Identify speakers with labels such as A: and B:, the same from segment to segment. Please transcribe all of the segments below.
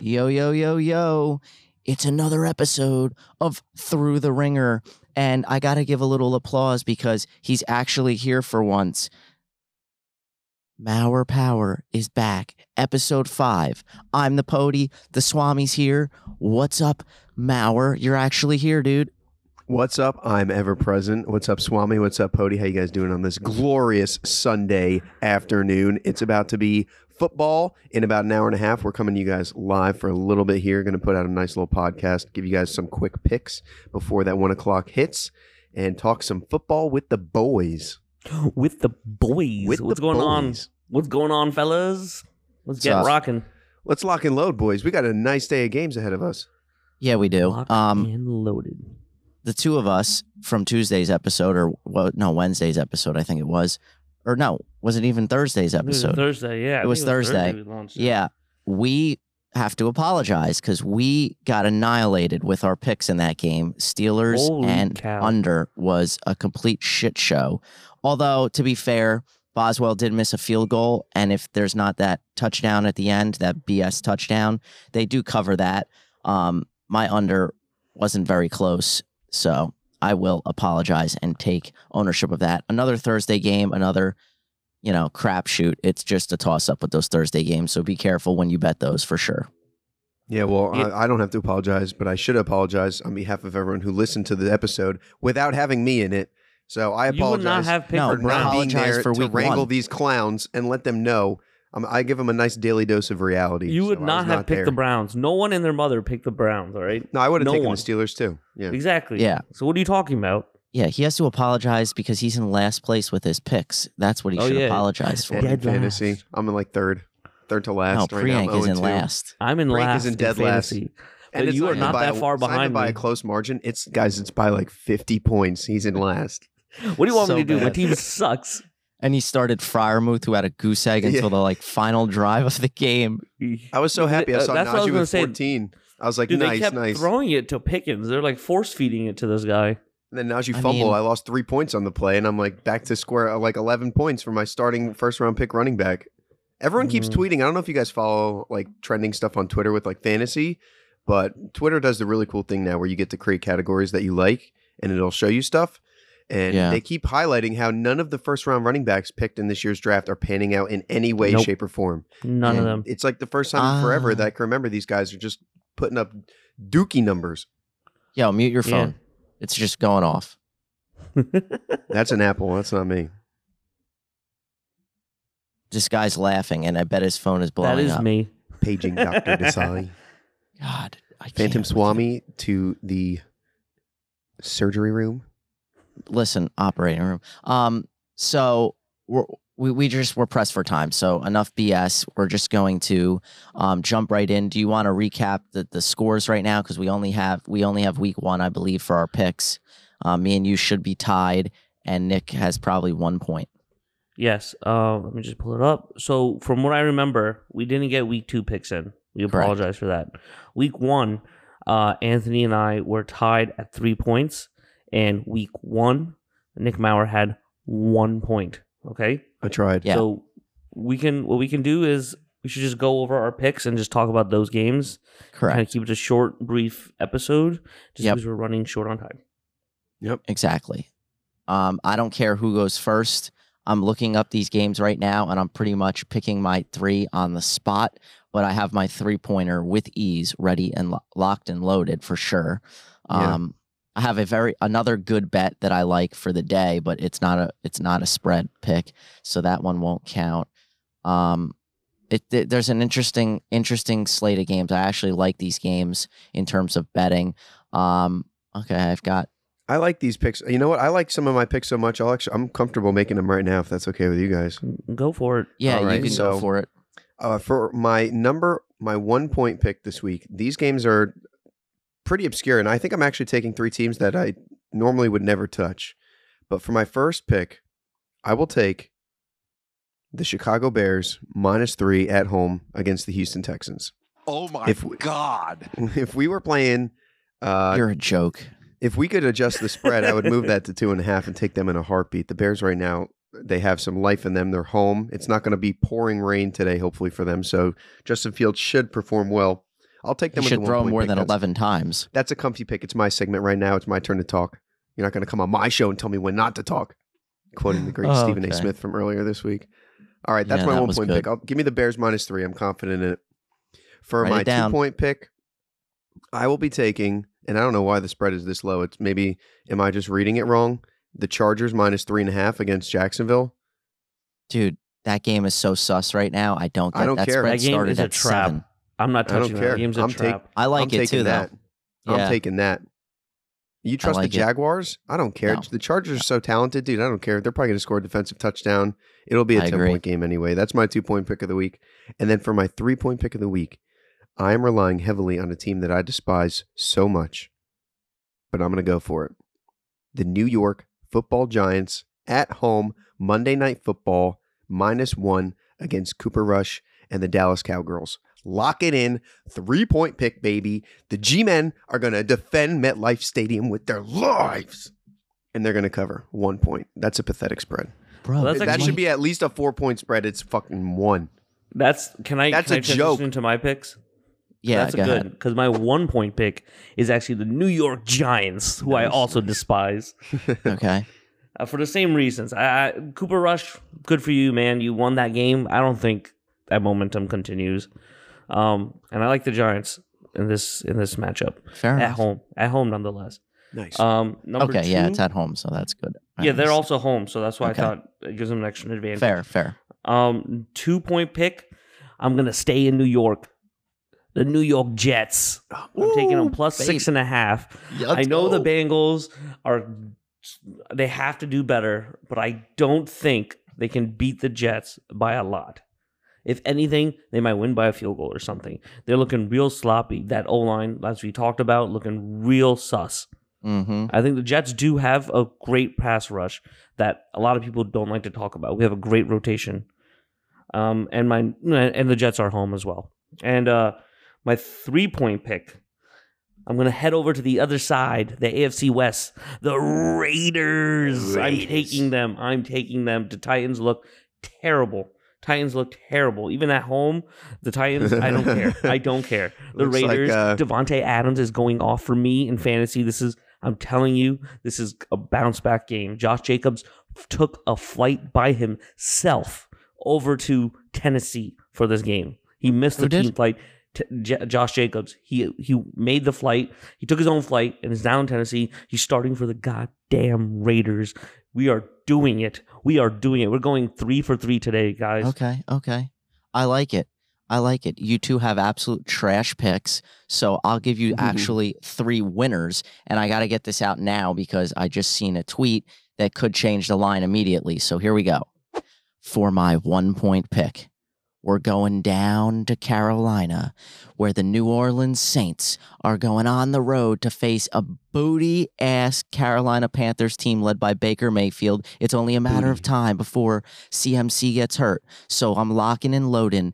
A: Yo, yo, yo, yo. It's another episode of Through the Ringer. And I got to give a little applause because he's actually here for once. Mauer Power is back, episode five. I'm the Pody. The Swami's here. What's up, Mauer? You're actually here, dude.
B: What's up? I'm ever present. What's up, Swami? What's up, Pody? How you guys doing on this glorious Sunday afternoon? It's about to be football in about an hour and a half. We're coming to you guys live for a little bit here. Going to put out a nice little podcast, give you guys some quick picks before that one o'clock hits, and talk some football with the boys.
C: with the boys.
B: With
C: What's
B: the
C: going
B: boys.
C: on? What's going on, fellas? Let's get
B: Sus.
C: rocking.
B: Let's lock and load, boys. We got a nice day of games ahead of us.
A: Yeah, we do.
C: Locked
A: Um,
C: and loaded.
A: the two of us from Tuesday's episode, or well, no, Wednesday's episode, I think it was. Or no, was it even Thursday's
C: It was
A: episode?
C: Thursday. Yeah, I
A: It
C: think
A: was Thursday.
C: we launched it.
A: Yeah, we have to apologize because we got annihilated with our picks in that game. Steelers
C: Holy
A: and
C: cow.
A: under was a complete shit show. Although, to be fair, Boswell did miss a field goal. And if there's not that touchdown at the end, that BS touchdown, they do cover that. Um, my under wasn't very close. So I will apologize and take ownership of that. Another Thursday game, another, you know, crapshoot. It's just a toss up with those Thursday games. So be careful when you bet those for sure.
B: Yeah, well,
C: Yeah.
B: I, I don't have to apologize, but I should apologize on behalf of everyone who listened to the episode without having me in it. So I
C: You would
B: apologize.
C: not have picked
A: No,
B: for
C: for
B: not
C: Brown.
B: being
A: apologize
B: there
A: for
B: to
A: week
B: wrangle
A: one.
B: these clowns and let them know. Um, I give them a nice daily dose of reality.
C: You would
B: so I
C: not
B: was
C: have picked
B: there.
C: the Browns. No one and their mother picked the Browns. All right.
B: No, I would have
C: No
B: taken
C: one.
B: the Steelers too. Yeah,
C: Exactly.
A: Yeah.
C: So what are you talking about?
A: Yeah, he has to apologize because he's in last place with his picks. That's what he
C: Oh,
A: should
C: yeah.
A: apologize for.
B: And in
C: Dead
B: fantasy.
C: last.
B: I'm in like third, third to last.
A: no,
B: right now. I'm
C: oh
A: Priyank is
B: 0
A: in
B: two.
A: last.
C: I'm in
B: Frank
C: last.
B: is in
C: in
B: dead last.
C: fantasy.
B: and
C: But
B: it's
C: you are
B: even
C: not
B: by
C: that
B: a-
C: far
B: it's not even
C: behind
B: by
C: me.
B: a close margin. It's guys, it's by like 50 points. He's in last.
C: What do you want
A: So
C: me to do? My
A: bad.
C: team sucks.
B: Oh,
A: And he started Fryermuth, who had a goose egg
B: Yeah.
A: until the like final drive of the game.
B: I was so happy. I
C: Uh,
B: saw
C: that's what I was
B: Najee
C: gonna
B: with
C: say.
B: 14. I was like,
C: Dude, they
B: nice,
C: kept
B: nice.
C: throwing it to Pickens. They're like force feeding it to this guy.
B: And then Najee
A: I
B: fumble.
A: mean-
B: I lost three points on the play, and I'm like back to square, uh, like 11 points for my starting first round pick running back. Everyone keeps
A: Mm-hmm.
C: Mm.
B: tweeting. I don't know if you guys follow like trending stuff on Twitter with like fantasy, but Twitter does the really cool thing now where you get to create categories that you like, and it'll show you stuff. And
A: Yeah.
B: they keep highlighting how none of the first round running backs picked in this year's draft are panning out in any way,
C: Nope.
B: shape, or form.
C: None of
B: And
C: them.
B: It's like the first time in forever
A: Ah.
B: that I can remember these guys are just putting up dookie numbers.
A: Yo, mute your
C: Yeah.
A: phone. It's just going off.
B: That's an apple. That's not me.
A: This guy's laughing, and I bet his phone is blowing
C: That is
A: up.
C: me.
B: Paging Dr. Desai.
A: God, I can't
B: Phantom
A: with you.
B: Swami to the surgery room.
A: listen, operating room. Um, so we're, we we just we're pressed for time, so enough BS. We're just going to um, jump right in. Do you want to recap the, the scores right now? Because we only have we only have week one, I believe, for our picks. Um, me and you should be tied, and Nick has probably one point.
C: Yes. Uh, let me just pull it up. So, from what I remember, we didn't get week two picks in. We
A: Correct.
C: apologize for that. Week one, uh, Anthony and I were tied at three points. And week one, Nick Maurer had one point. Okay.
B: I tried.
A: Yeah.
C: So, we can, what we can do is we should just go over our picks and just talk about those games. Kind
A: Correct.
C: of keep it a short, brief episode just
A: Yep.
C: because we're running short on time.
A: Exactly. Um, I don't care who goes first. I'm looking up these games right now, and I'm pretty much picking my three on the spot. But I have my three pointer with ease, ready and lo- locked and loaded for sure.
B: Yeah.
A: Um, I have a very another good bet that I like for the day, but it's not a it's not a spread pick, so that one won't count. Um, it, th- there's an interesting interesting slate of games. I actually like these games in terms of betting. Um, okay, I've got
B: I like these picks. You know what? I like some of my picks so much. I'll actually, I'm comfortable making them right now if that's okay with you guys.
C: Go for it.
A: yeah,
B: All right,
A: you can
B: so-
A: go for it.
B: Uh, for my number, my one point pick this week, these games are pretty obscure, and I think I'm actually taking three teams that I normally would never touch. But for my first pick, I will take the Chicago Bears minus three at home against the Houston Texans.
D: Oh my
B: If we-
D: god.
B: If we were playing, uh,
A: You're a joke.
B: if we could adjust the spread, I would move that to two and a half and take them in a heartbeat. The Bears right now, they have some life in them. They're home. It's not going to be pouring rain today, hopefully for them. So Justin Fields should perform well. I'll take
A: You
B: them. with
A: should
B: the
A: throw
B: one-point
A: more
B: pick.
A: than
B: That's-
A: eleven times.
B: That's a comfy pick. It's my segment right now. It's my turn to talk. You're not going to come on my show and tell me when not to talk. Quoting the great
A: Oh,
B: Stephen A.
A: okay.
B: Smith from earlier this week. All right, that's
A: Yeah,
B: my
A: that
B: one
A: was
B: point
A: good.
B: pick. I'll, give me the Bears minus three. I'm confident in it. For
A: Write it
B: my
A: down.
B: two point pick, I will be taking, and I don't know why the spread is this low. It's maybe am I just reading it wrong? The Chargers minus three and a half against Jacksonville.
A: Dude, that game is so sus right now. I don't get
B: I don't
A: that
B: care.
A: spread
B: That
C: game
A: started
C: is a
A: at
C: trap.
A: seven.
C: I'm not
B: I don't
C: touching that.
B: care.
C: The game's a
B: I'm take-
C: trap.
A: I like
B: I'm
A: it
B: taking
A: too
B: that.
A: though.
B: I'm
A: Yeah.
B: taking that. You trust
A: like it.
B: the Jaguars? I don't care.
A: No.
B: The Chargers are so talented, dude. I don't care. They're probably going to score a defensive touchdown. It'll be a
A: I
B: 10
A: agree.
B: point game anyway. That's my two point pick of the week. And then for my three point pick of the week, I am relying heavily on a team that I despise so much, but I'm going to go for it. The New York football Giants at home, Monday Night Football, minus one against Cooper Rush and the Dallas Cowgirls. Lock it in. Three point pick, baby. The G Men are going to defend MetLife Stadium with their lives. And they're going to cover one point. That's a pathetic spread.
A: Bro,
C: Well, that's
B: that
C: actually-
B: should be at least a four point spread. It's fucking one.
C: That's can I?
B: That's
C: can
B: a
C: I transition
B: joke.
C: Into my picks.
A: yeah,
C: that's
A: go
C: a
A: ahead.
C: good because my one point pick is actually the New York Giants, who I
B: Nice.
C: also despise
A: Okay.
C: uh, for the same reasons. I, I, Cooper Rush, good for you, man. You won that game. I don't think that momentum continues, um, and I like the Giants in this in this matchup
A: Fair
C: at
A: enough.
C: home. At home, nonetheless.
B: Nice.
C: Um, number
A: Okay,
C: two,
A: yeah, it's at home, so that's good.
C: yeah, they're
A: Alright,
C: also home, so that's why
A: Okay.
C: I thought it gives them an extra advantage.
A: fair, fair.
C: Um, two point pick. I'm gonna stay in New York. The New York Jets. I'm taking them plus six and a half. I know the Bengals are they have to do better, but I don't think they can beat the Jets by a lot. If anything, they might win by a field goal or something. They're looking real sloppy. That O line, as we talked about, looking real sus.
A: Mm-hmm.
C: I think the Jets do have a great pass rush that a lot of people don't like to talk about. We have a great rotation, um, and my and the Jets are home as well. And uh, my three point pick, I'm gonna head over to the other side, the AFC West, the Raiders. I'm
B: Raiders.
C: taking them. I'm taking them. The Titans look terrible. Titans look terrible. Even at home, the Titans. I don't care. I don't care. The
B: Looks like,
C: Raiders.
B: uh,
C: Devonte Adams is going off for me in fantasy. This is I'm telling you, this is a bounce back game. Josh Jacobs took a flight by himself over to Tennessee for this game. He missed
A: Who
B: Oh,
C: the
A: did?
C: team flight. T- J- Josh Jacobs. He he made the flight. He took his own flight and is now in Tennessee. He's starting for the goddamn Raiders. We are doing it. We are doing it. We're going three for three today, guys.
A: Okay, okay. I like it. I like it. You two have absolute trash picks, so I'll give you actually three winners, and I got to get this out now because I just seen a tweet that could change the line immediately. So here we go. For my one point pick, we're going down to Carolina, where the New Orleans Saints are going on the road to face a booty ass Carolina Panthers team led by Baker Mayfield. It's only a matter of
B: Booty.
A: time before CMC gets hurt. So I'm locking and loading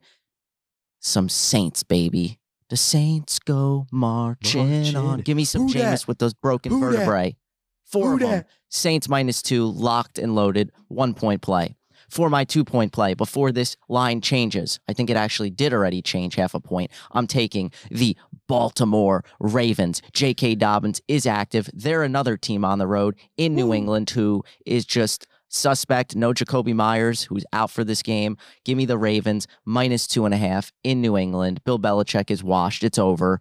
A: some Saints, baby. The Saints go marching,
B: Marching.
A: on. Give me some
B: Who dat?
A: Jameis with those broken
B: Who dat?
A: vertebrae. Four
B: Who
A: of 'em.
B: dat?
A: Saints minus two, locked and loaded, one point play. For my two point play, before this line changes, I think it actually did already change half a point. I'm taking the Baltimore Ravens. J.K. Dobbins is active. They're another team on the road in New England who is just suspect. No Jacoby Myers, who's out for this game. Give me the Ravens minus two and a half in New England. Bill Belichick is washed. It's over.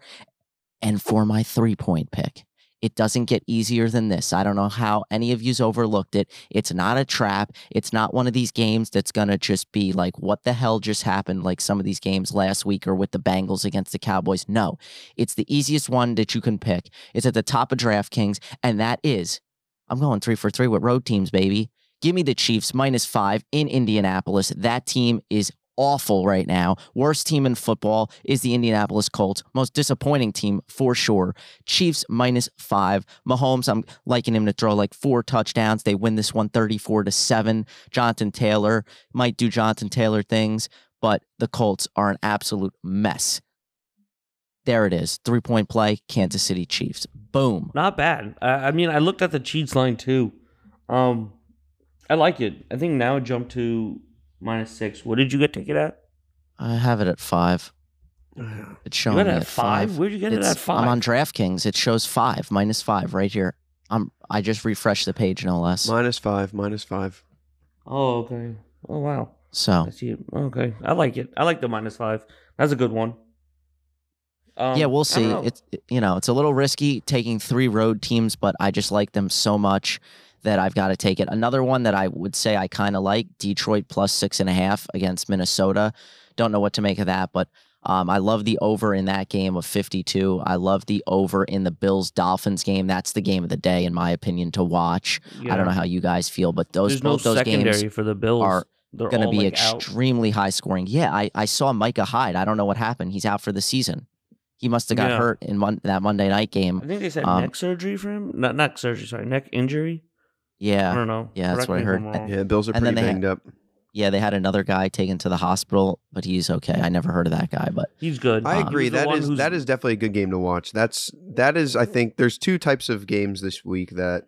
A: And for my three point pick, it doesn't get easier than this. I don't know how any of you's overlooked it. It's not a trap. It's not one of these games that's going to just be like, what the hell just happened? Like some of these games last week or with the Bengals against the Cowboys. No, it's the easiest one that you can pick. It's at the top of DraftKings, and that is, I'm going three for three with road teams, baby. Give me the Chiefs minus five in Indianapolis. That team is awful right now. Worst team in football is the Indianapolis Colts. Most disappointing team for sure. Chiefs minus five. Mahomes, I'm liking him to throw like four touchdowns. They win this one 34 to seven. Jonathan Taylor might do Jonathan Taylor things, but the Colts are an absolute mess. There it is. Three point play, Kansas City Chiefs. Boom.
C: Not bad. I, I mean, I looked at the Chiefs line too. Um, I like it. I think now it jumped to minus six. What did you get ticket at?
A: I have it at five. It's
C: You
A: showing
C: got it
A: me
C: at five? Where'd you get it
A: It's-
C: at five?
A: I'm on DraftKings. It shows five minus five right here. I'm I just refreshed the page no less.
B: Minus five, minus five.
C: oh, okay. Oh, wow. I
A: so
C: see it. Okay. I like it. I like the minus five. That's a good one. Um,
A: yeah, we'll
C: I don't
A: see.
C: know.
A: It's you know it's a little risky taking three road teams, but I just like them so much that I've got to take it. Another one that I would say I kind of like Detroit plus six and a half against Minnesota. Don't know what to make of that, but. Um, I love the over in that game of 52. I love the over in the Bills Dolphins game. That's the game of the day, in my opinion, to watch. I don't know how you guys feel, but those
C: There's no
A: both those
C: secondary
A: games
C: for the Bills.
A: are
C: They're
A: going to
C: all,
A: be
C: like, out.
A: extremely high scoring. Yeah, I, I saw Micah Hyde. I don't know what happened. He's out for the season. He must have got
C: Yeah.
A: hurt in mon- that Monday night game.
C: I think they said
A: Um,
C: neck surgery for him. Not neck surgery, sorry, neck injury. I
A: Yeah,
C: don't know.
A: Yeah, that's
C: Correct
A: what I
C: me if
A: heard.
C: I'm wrong.
B: Yeah, Bills are
A: And then
B: pretty
A: they ha-
B: banged up.
A: yeah. They had another guy taken to the hospital, but he's okay. I never heard of that guy, but
C: He's good.
B: I
C: He was
B: agree.
C: the
B: That
C: one
B: is
C: Uh, who's-
B: that is definitely a good game to watch. That's that is I think there's two types of games this week that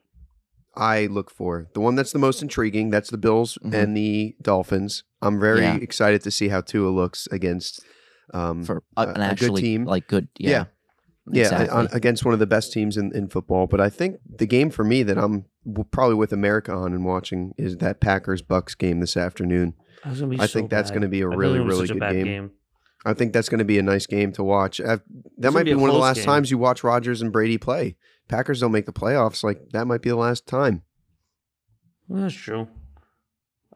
B: I look for. The one that's the most intriguing, that's the Bills
C: Mm-hmm.
A: Mhm.
B: and the Dolphins. I'm very
A: Yeah.
B: excited to see how Tua looks against
C: Mm.
B: um
A: for
B: a-
A: uh,
B: a
A: an
B: good
A: actually
B: team.
A: like good.
B: Yeah.
A: Yeah,
B: yeah,
A: exactly.
B: on, against one of the best teams in, in football. But I think the game for me that I'm w- probably with America on and watching is that Packers Bucks game this afternoon.
C: That's gonna be
B: I
C: so
B: think that's
C: bad.
B: going to be a
C: I think
B: really
C: it was
B: really
C: such a
B: good
C: bad
B: game. I think that's going to be a nice game to watch. i that
C: gonna
B: might
C: be
B: be,
C: a
B: one of the
C: close
B: last
C: game.
B: times you watch Rodgers and Brady play. Packers don't make the playoffs. Like that might be the last time.
C: That's true.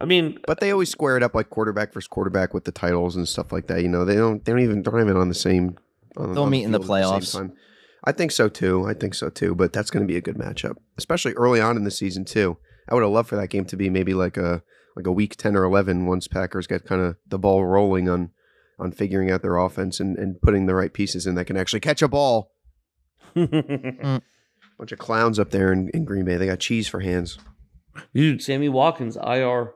C: I mean,
B: But they always square it up like quarterback versus quarterback with the titles and stuff like that. You know, they don't they don't even they're not even on the same. On,
A: They'll
B: on
A: meet in the
B: field at
A: playoffs.
B: same time. I think so too. I think so too. But that's going to be a good matchup, especially early on in the season too. I would have loved for that game to be maybe like a like a week ten or eleven once Packers got kind of the ball rolling on on figuring out their offense and, and putting the right pieces in that can actually catch a ball. bunch of clowns up there in, in Green Bay. They got cheese for hands.
C: dude, Sammy Watkins, IR.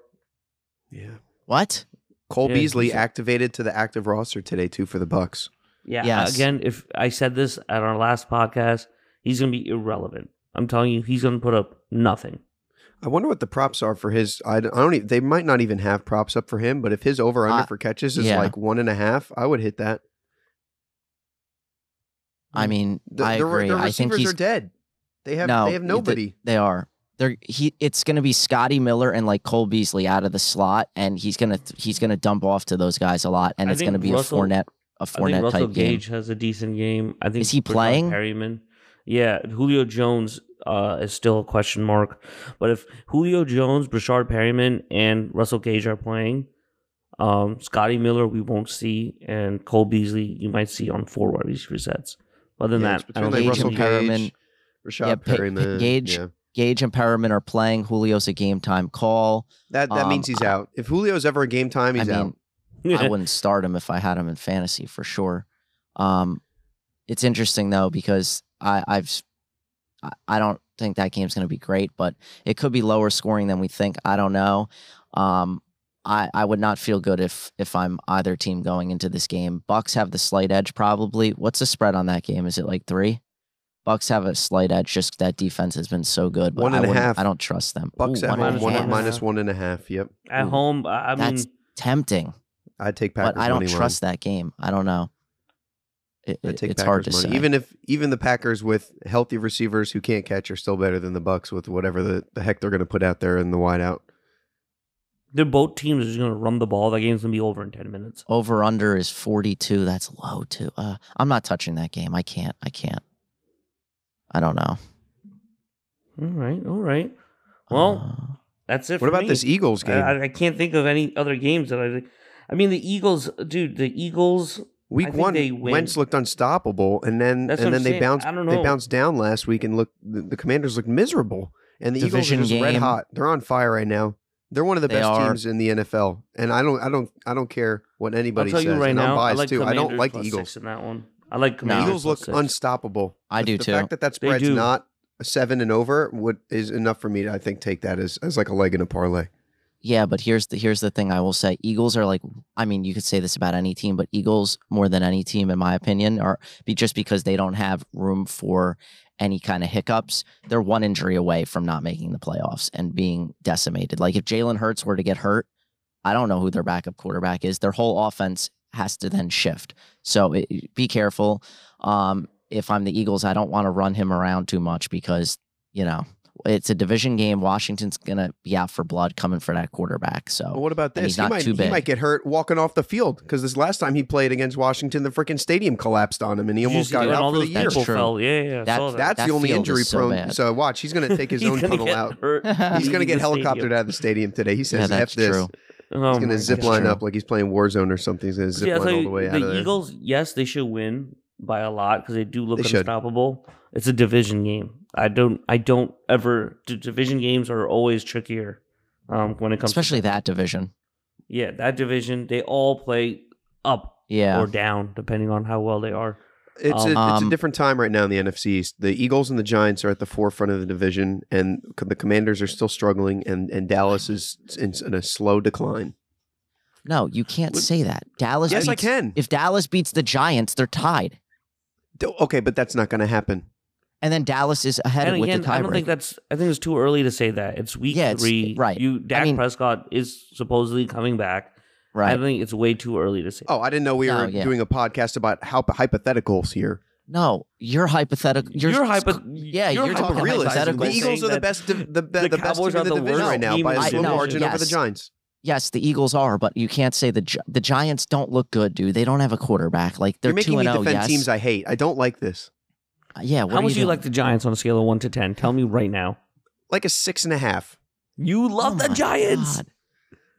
B: Yeah.
A: what?
B: Cole
C: Yeah,
B: Beasley
C: he's a-
B: activated to the active roster today too for the Bucks.
C: Yeah.
A: Yes.
C: Again, if I said this at our last podcast, he's gonna be irrelevant. I'm telling you, he's gonna put up nothing.
B: I wonder what the props are for his. I don't, I don't even, they might not even have props up for him, but if his over under
A: I-
B: for catches is
A: yeah.
B: like one and a half, I would hit that.
A: I mean,
B: Mm. The,
A: I
B: the re-
A: agree.
B: the
A: I think
B: receivers
A: he's
B: are dead. They have
A: no,
B: they have
A: th-
B: nobody.
A: They are. They're he. It's going to be Scotty Miller and like Cole Beasley out of the slot, and he's gonna th- he's gonna dump off to those guys a lot, and
C: I
A: it's going to
C: think
A: be
C: Russell-
A: a Fournette a
C: I think
A: Fournette
C: Russell
A: type game.
C: Gage has a decent game. I think
A: Is he
C: Rashad
A: playing?
C: Perryman. Yeah, Julio Jones uh, is still a question mark. But if Julio Jones, Brashard Perryman, and Russell Gage are playing, um, Scotty Miller we won't see, and Cole Beasley you might see on four wide receiver sets. Other than
B: Yeah, it's
C: that, I don't
B: between
A: Gage
B: like
C: think
B: Russell
A: and
C: Gage-
B: Gage,
A: Perriman.
B: Rashad
A: Yeah, P- P-
B: Perryman.
A: Gage-
B: yeah.
A: Gage and Perriman are playing. Julio's a game time call.
B: That that
A: Um,
B: means he's
A: I-
B: out. If Julio's ever a game time,
A: I
B: he's out.
A: mean, I wouldn't start him if I had him in fantasy for sure. Um, it's interesting though because I, I've s- I- I don't think that game's going to be great, but it could be lower scoring than we think. I don't know. Um, I, I would not feel good if if I'm either team going into this game. Bucks have the slight edge probably. What's the spread on that game? Is it like three? Bucks have a slight edge. Just that defense has been so good. But
B: One and
A: I
B: a
A: wouldn't-
B: half.
A: I don't trust them.
B: Bucks
A: Ooh,
B: at
A: one and
B: home,
A: a
B: one,
A: half.
C: and a
B: minus one and a half. Yep.
C: at
B: Ooh.
C: home, I I mean,
A: That's tempting
B: I'd take Packers.
A: but I don't
B: money line.
A: trust that game. I don't know. It,
B: I
A: it-
B: take
A: it's
B: Packers
A: hard to
B: money.
A: say.
B: Even if even the Packers with healthy receivers who can't catch are still better than the Bucks with whatever the, the heck they're going to put out there in the wideout.
C: they're both teams are just going to run the ball. That game's going to be over in 10 minutes.
A: over under is 42. That's low too. Uh, I'm not touching that game. I can't. I can't. I don't know.
C: All right. All right. Well,
A: Uh,
C: that's it for
B: What about
C: me.
B: this Eagles game?
C: I, I can't think of any other games that I. I mean, the Eagles, dude. The Eagles.
B: Week
C: think
B: one,
C: they win.
B: Wentz looked unstoppable, and then
C: That's what
B: and then
C: I'm
B: they
C: saying.
B: bounced.
C: I don't
B: They
C: know.
B: bounced down last week and looked. The, the Commanders looked miserable, and the Eagles
A: Division
B: are just red
A: game.
B: hot. They're on fire right now. They're one of the
A: They
B: best
A: are-
B: teams in the NFL, and I don't, I don't, I don't care what
C: I'll
B: anybody
C: tell
B: says.
C: you right
B: and I'm
C: now, I
B: biased
C: like
B: too. I don't
C: Commanders
B: like the
C: plus
B: Eagles.
C: six in that one. I like
A: No.
B: The
C: Commanders.
B: Eagles look
C: plus six.
B: unstoppable.
A: I
B: The-
A: do
B: the
A: too.
B: fact that that
C: They
B: spread's
C: do.
B: not a seven and over would is enough for me to I think take that as, as like a leg in a parlay.
A: Yeah, but here's the here's the thing I will say. Eagles are like I mean, you could say this about any team, but Eagles more than any team in my opinion are be just because they don't have room for any kind of hiccups. They're one injury away from not making the playoffs and being decimated. Like if Jalen Hurts were to get hurt, I don't know who their backup quarterback is. Their whole offense has to then shift. So it, be careful. Um if I'm the Eagles, I don't want to run him around too much because, you know, it's a division game. Washington's gonna be out for blood coming for that quarterback.
B: But
A: So
B: Uh, what about
A: And
B: this?
A: he's not
B: he might
A: too
B: he
A: big.
B: might get hurt walking off the field because this last time he played against Washington, the freaking stadium collapsed on him and he
C: You
B: almost
C: see
B: got
C: when
B: out
C: all
B: for the
C: those
B: year.
A: That's
C: people
A: true.
C: fell. Yeah, yeah. yeah. I
A: That-
C: saw
B: That's
A: That
B: the only
A: field is
B: injury
A: so
B: prone.
A: bad.
B: So watch, he's gonna take his
C: He's
B: own
C: gonna
B: tunnel
C: get
B: out.
C: hurt
B: He's gonna
C: leaving
B: get
C: the stadium.
B: helicoptered out of the stadium today. He
A: yeah,
B: says, "F
A: that's
B: this."
A: true.
C: Oh
B: He's
C: my
B: gonna zip
C: gosh.
B: line
A: true.
B: up like he's playing Warzone or something. He's gonna zip
C: Yeah, I'll
B: line
C: tell
B: all
C: you,
B: the way out
C: the
B: of there.
C: Eagles, yes, they should win by a lot because they do look
B: They should.
C: unstoppable. It's a division game. I don't, I don't ever. d- Division games are always trickier um, when it comes, to-
A: Especially that division.
C: yeah, that division. They all play up
A: Yeah.
C: or down depending on how well they are.
B: It's, a, it's a
A: Um,
B: different time right now in the NFC East. The Eagles and the Giants are at the forefront of the division, and c- the Commanders are still struggling, and, and Dallas is in, in a slow decline.
A: no, you can't
B: Would-
A: say that. Dallas
B: yes, I
A: beats-
B: can.
A: If Dallas beats the Giants, they're tied.
B: D- okay, but that's not going to happen.
A: And then Dallas is ahead
C: And
A: with
C: again,
A: the
C: I don't think
A: tiebreaker.
C: that's. I think it's too early to say that. It's week
A: Yeah, it's-
C: three,
A: right.
C: You, Dak
A: mean-
C: Prescott is supposedly coming back. I
A: Right.
C: think it's way too early to say.
B: Oh, I didn't know we
A: No,
B: were
A: yeah.
B: doing a podcast about how, hypotheticals here.
A: No, you're hypothetical. You're,
C: You're hypo-
A: Yeah,
C: you're
A: you're, talking
B: I'm a realist.
A: hypothetical.
B: The Eagles
C: Saying
B: are the
C: that
B: best, div- the, be-
C: the
B: the best
C: Cowboys
B: team in
C: are
B: the
C: the
B: division
C: worst
B: right now
C: team
B: by
C: in
B: a
A: the
B: slim
A: division.
B: margin over the
A: Yes.
B: Giants.
A: Yes, the Eagles are, but you can't say the Gi- the Giants don't look good, dude. They don't have a quarterback. Like they're
B: You're making
A: two
B: me
A: and zero.
B: defend
A: Yes.
B: teams I hate. I don't like this.
A: yeah. What
C: how
A: are
C: much do you
A: doing?
C: like the Giants on a scale of one to ten? Tell me right now.
B: Like a six and a half.
C: You love
A: Oh
C: the
A: my
C: Giants.
A: God.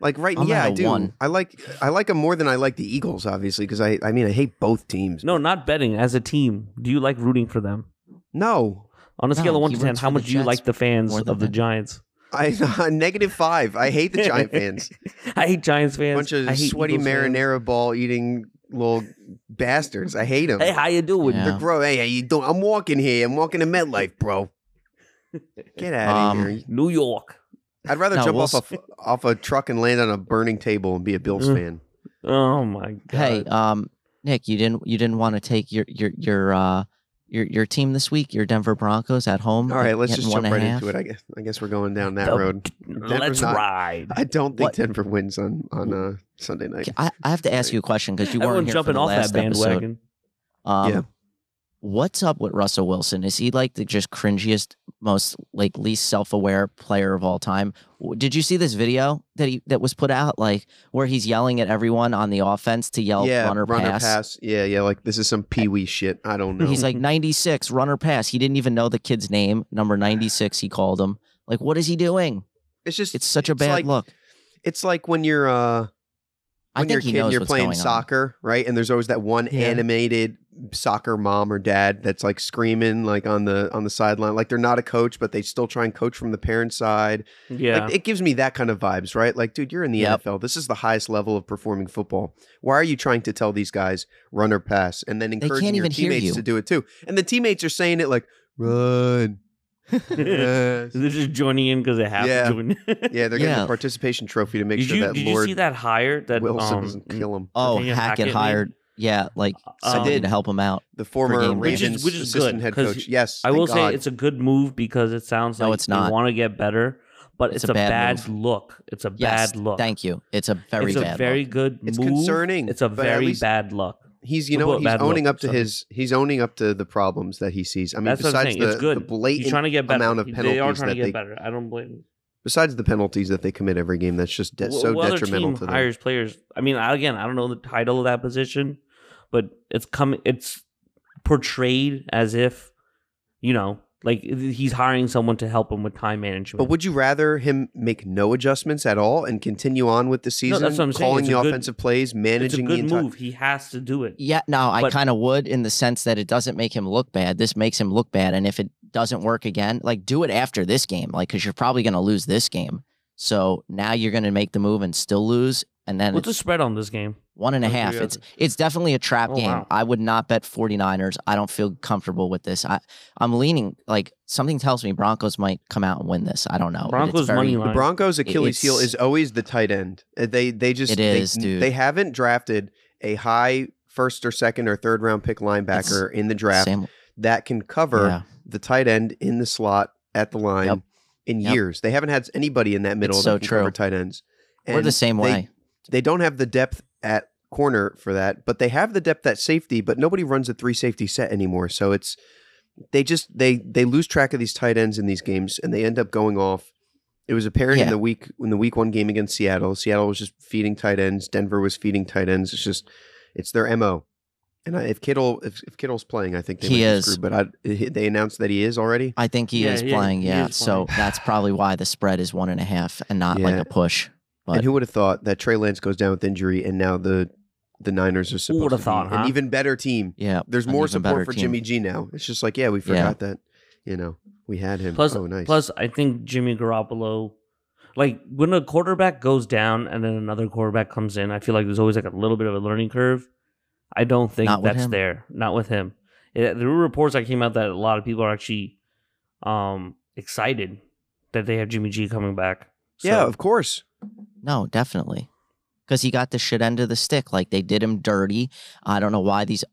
B: Like right,
A: I'm
B: yeah,
A: at
B: I
A: a
B: do.
A: one.
B: I like I like them more than I like the Eagles, obviously, because I I mean I hate both teams.
C: No, not betting as a team. Do you like rooting for them?
B: no,
C: On a
A: No,
C: scale of one
A: he
C: to ten,
A: roots
C: how
A: for the
C: much do you
A: Jets
C: like the fans
A: more
C: of
A: than
C: the
A: them.
C: Giants?
B: I negative five. I hate the Giant fans.
C: I hate Giants fans.
B: Bunch of
C: I hate
B: sweaty
C: Eagles fans.
B: marinara ball eating little bastards. I hate them.
C: Hey, how you doing?
A: Yeah.
B: Bro, hey, how you doing? I'm walking here. I'm walking to MetLife, bro. Get out of
A: Um,
B: here.
C: New York.
B: I'd rather
A: no,
B: jump
A: we'll
B: off a f- off a truck and land on a burning table and be a Bills
C: Mm.
B: fan.
C: Oh my god.
A: Hey, um, Nick, you didn't you didn't want to take your your your uh your your team this week, your Denver Broncos at home.
B: All right, let's
A: getting
B: just
A: one
B: jump
A: and a
B: right
A: half?
B: into it. I guess I guess we're going down that
C: The-
B: road.
C: let's
B: not-
C: ride.
B: I don't think
A: What-
B: Denver wins on on uh, Sunday night.
A: Okay, I, I have to ask you a question because you
C: Everyone
A: weren't here
C: jumping
A: for the
C: off
A: last
C: that bandwagon.
A: Episode. Um,
B: Yeah.
A: What's up with Russell Wilson? Is he like the just cringiest, most like least self-aware player of all time? W- Did you see this video that he that was put out, like where he's yelling at everyone on the offense to yell
B: yeah,
A: runner, pass?
B: Yeah, yeah. Like this is some pee wee shit. I don't know.
A: He's like 96 runner pass. He didn't even know the kid's name, number 96. He called him. Like, what is he doing?
B: it's just
A: It's such a bad
B: like-
A: look.
B: it's like when you're uh
A: I
B: when
A: think
B: you're a
A: he
B: kid and
A: knows
B: you're
A: what's
B: playing
A: going on.
B: soccer, right? And there's always that one
C: Yeah.
B: animated soccer mom or dad that's like screaming like on the on the sideline. Like they're not a coach, but they still try and coach from the parent side.
C: Yeah.
B: Like it gives me that kind of vibes, right? Like, dude, you're in the
A: Yep.
B: NFL. This is the highest level of performing football. Why are you trying to tell these guys run or pass and then encouraging
A: can't
B: your
A: even hear
B: teammates
A: you.
B: to do it too? And the teammates are saying it like run. yes.
C: They're just joining in because they have
B: Yeah.
C: to join.
B: Yeah, they're getting
A: Yeah.
B: the participation trophy to make
C: did
B: sure
C: you,
B: that
C: did
B: Lord
C: you see that hire that
B: Wilson
C: um,
B: doesn't kill him.
A: Oh,
C: Nathaniel
A: Hackett
C: Hackett made?
A: hired. Yeah, like somebody
C: Um,
B: did.
A: to help him out.
B: the former
A: game day. Which
C: is-
B: Ravens
C: which is
B: assistant
C: good,
B: head
C: 'cause
B: coach. Yes,
C: I
B: thank
C: will
B: God.
C: say it's a good move because it sounds
A: No,
C: like
A: it's not.
C: you want to get better, but it's, a, bad,
A: move.
C: look. It's a
A: Yes,
C: bad look.
A: Thank you. It's a very
C: it's a
A: bad.
C: very
A: look.
C: good
B: It's
C: move.
B: concerning,
C: It's a
B: but at
C: very
B: least-
C: bad look.
B: he's you
C: We'll
B: know
C: put
B: what
C: it
B: he's
C: bad
B: owning
C: luck,
B: up to
C: so-
B: his he's owning up to the problems that he sees. I mean,
C: That's what I'm
B: besides
C: saying.
B: the,
C: it's good.
B: the blatant
C: He's trying to get better.
B: amount of penalties
C: they are trying
B: that
C: to get
B: they
C: better. I don't blame. them.
B: besides the penalties that they commit every game, that's just de-
C: Wh-
B: so
C: what other
B: detrimental
C: team
B: to them.
C: hires players. I mean, I- again, I don't know the title of that position, but it's coming. It's portrayed as if you know, like he's hiring someone to help him with time management.
B: But would you rather him make no adjustments at all and continue on with the
C: No,
B: season,
C: that's what I'm saying.
B: calling
C: It's
B: the
C: a good-
B: offensive plays,
C: it's a
B: managing
C: good
B: the entire?
C: move. He has to do it.
A: Yeah, no, I
C: But-
A: kind of would in the sense that it doesn't make him look bad. This makes him look bad, and if it doesn't work again, like do it after this game, like because you're probably going to lose this game. So now you're going to make the move and still lose, and then
C: What's the
A: it's
C: spread on this game?
A: one and a
B: What's the
A: half.
B: other?
A: It's it's definitely a trap
C: Oh,
A: game.
C: wow.
A: I would not bet 49ers. I don't feel comfortable with this. I I'm leaning like something tells me Broncos might come out and win this. I
B: Oh,
A: don't know. It's
C: Broncos
A: very-
C: money
B: The
C: line.
B: Broncos' Achilles heel
A: It's-
B: is always the tight end. Uh, They they just
A: It
B: they,
A: is, dude.
B: they haven't drafted a high first or second or third round pick linebacker in the draft
A: Sam-
B: that can cover
A: yeah.
B: the tight end in the slot at the line
A: Yep.
B: in
A: Yep.
B: years. They haven't had anybody in that middle
A: It's
B: that
A: so
B: can cover
A: true.
B: tight ends.
A: We're the same
B: they-
A: way.
B: They don't have the depth at corner for that, but they have the depth at safety, but nobody runs a three safety set anymore. So it's they just they they lose track of these tight ends in these games and they end up going off. It was apparent in
A: Yeah.
B: the week in the week one game against Seattle. Seattle was just feeding tight ends. Denver was feeding tight ends. It's just it's their mo. And I, if Kittle if, if Kittle's playing, I think they
A: He
B: might be
A: is.
B: Screwed, but I, they announced that he is already.
A: I think he
C: Yeah,
A: is
C: yeah,
A: playing.
C: he
A: Yeah,
C: is
A: so
C: playing.
A: that's probably why the spread is one and a half and not like
B: Yeah.
A: a push.
B: and
A: But-
B: who would have thought that Trey Lance goes down with injury, and now the the Niners are supposed
C: would've
B: to
C: thought,
B: be
C: huh?
B: an even better team.
A: Yeah,
B: There's
A: an
B: more
A: even
B: support
A: better
B: for
A: team.
B: Jimmy G now. It's just like, yeah, we forgot that. You know, we had him.
C: Plus-
B: oh, nice.
C: Plus, I think Jimmy Garoppolo, like when a quarterback goes down and then another quarterback comes in, I feel like there's always like a little bit of a learning curve. I don't think
A: Not with
C: that's
A: him.
C: there. Not with him. It, there were reports that came out that a lot of people are actually um, excited that they have Jimmy G coming back. So,
B: yeah, of course.
A: No, definitely. Because he got the shit end of the stick. Like they did him dirty. I don't know why these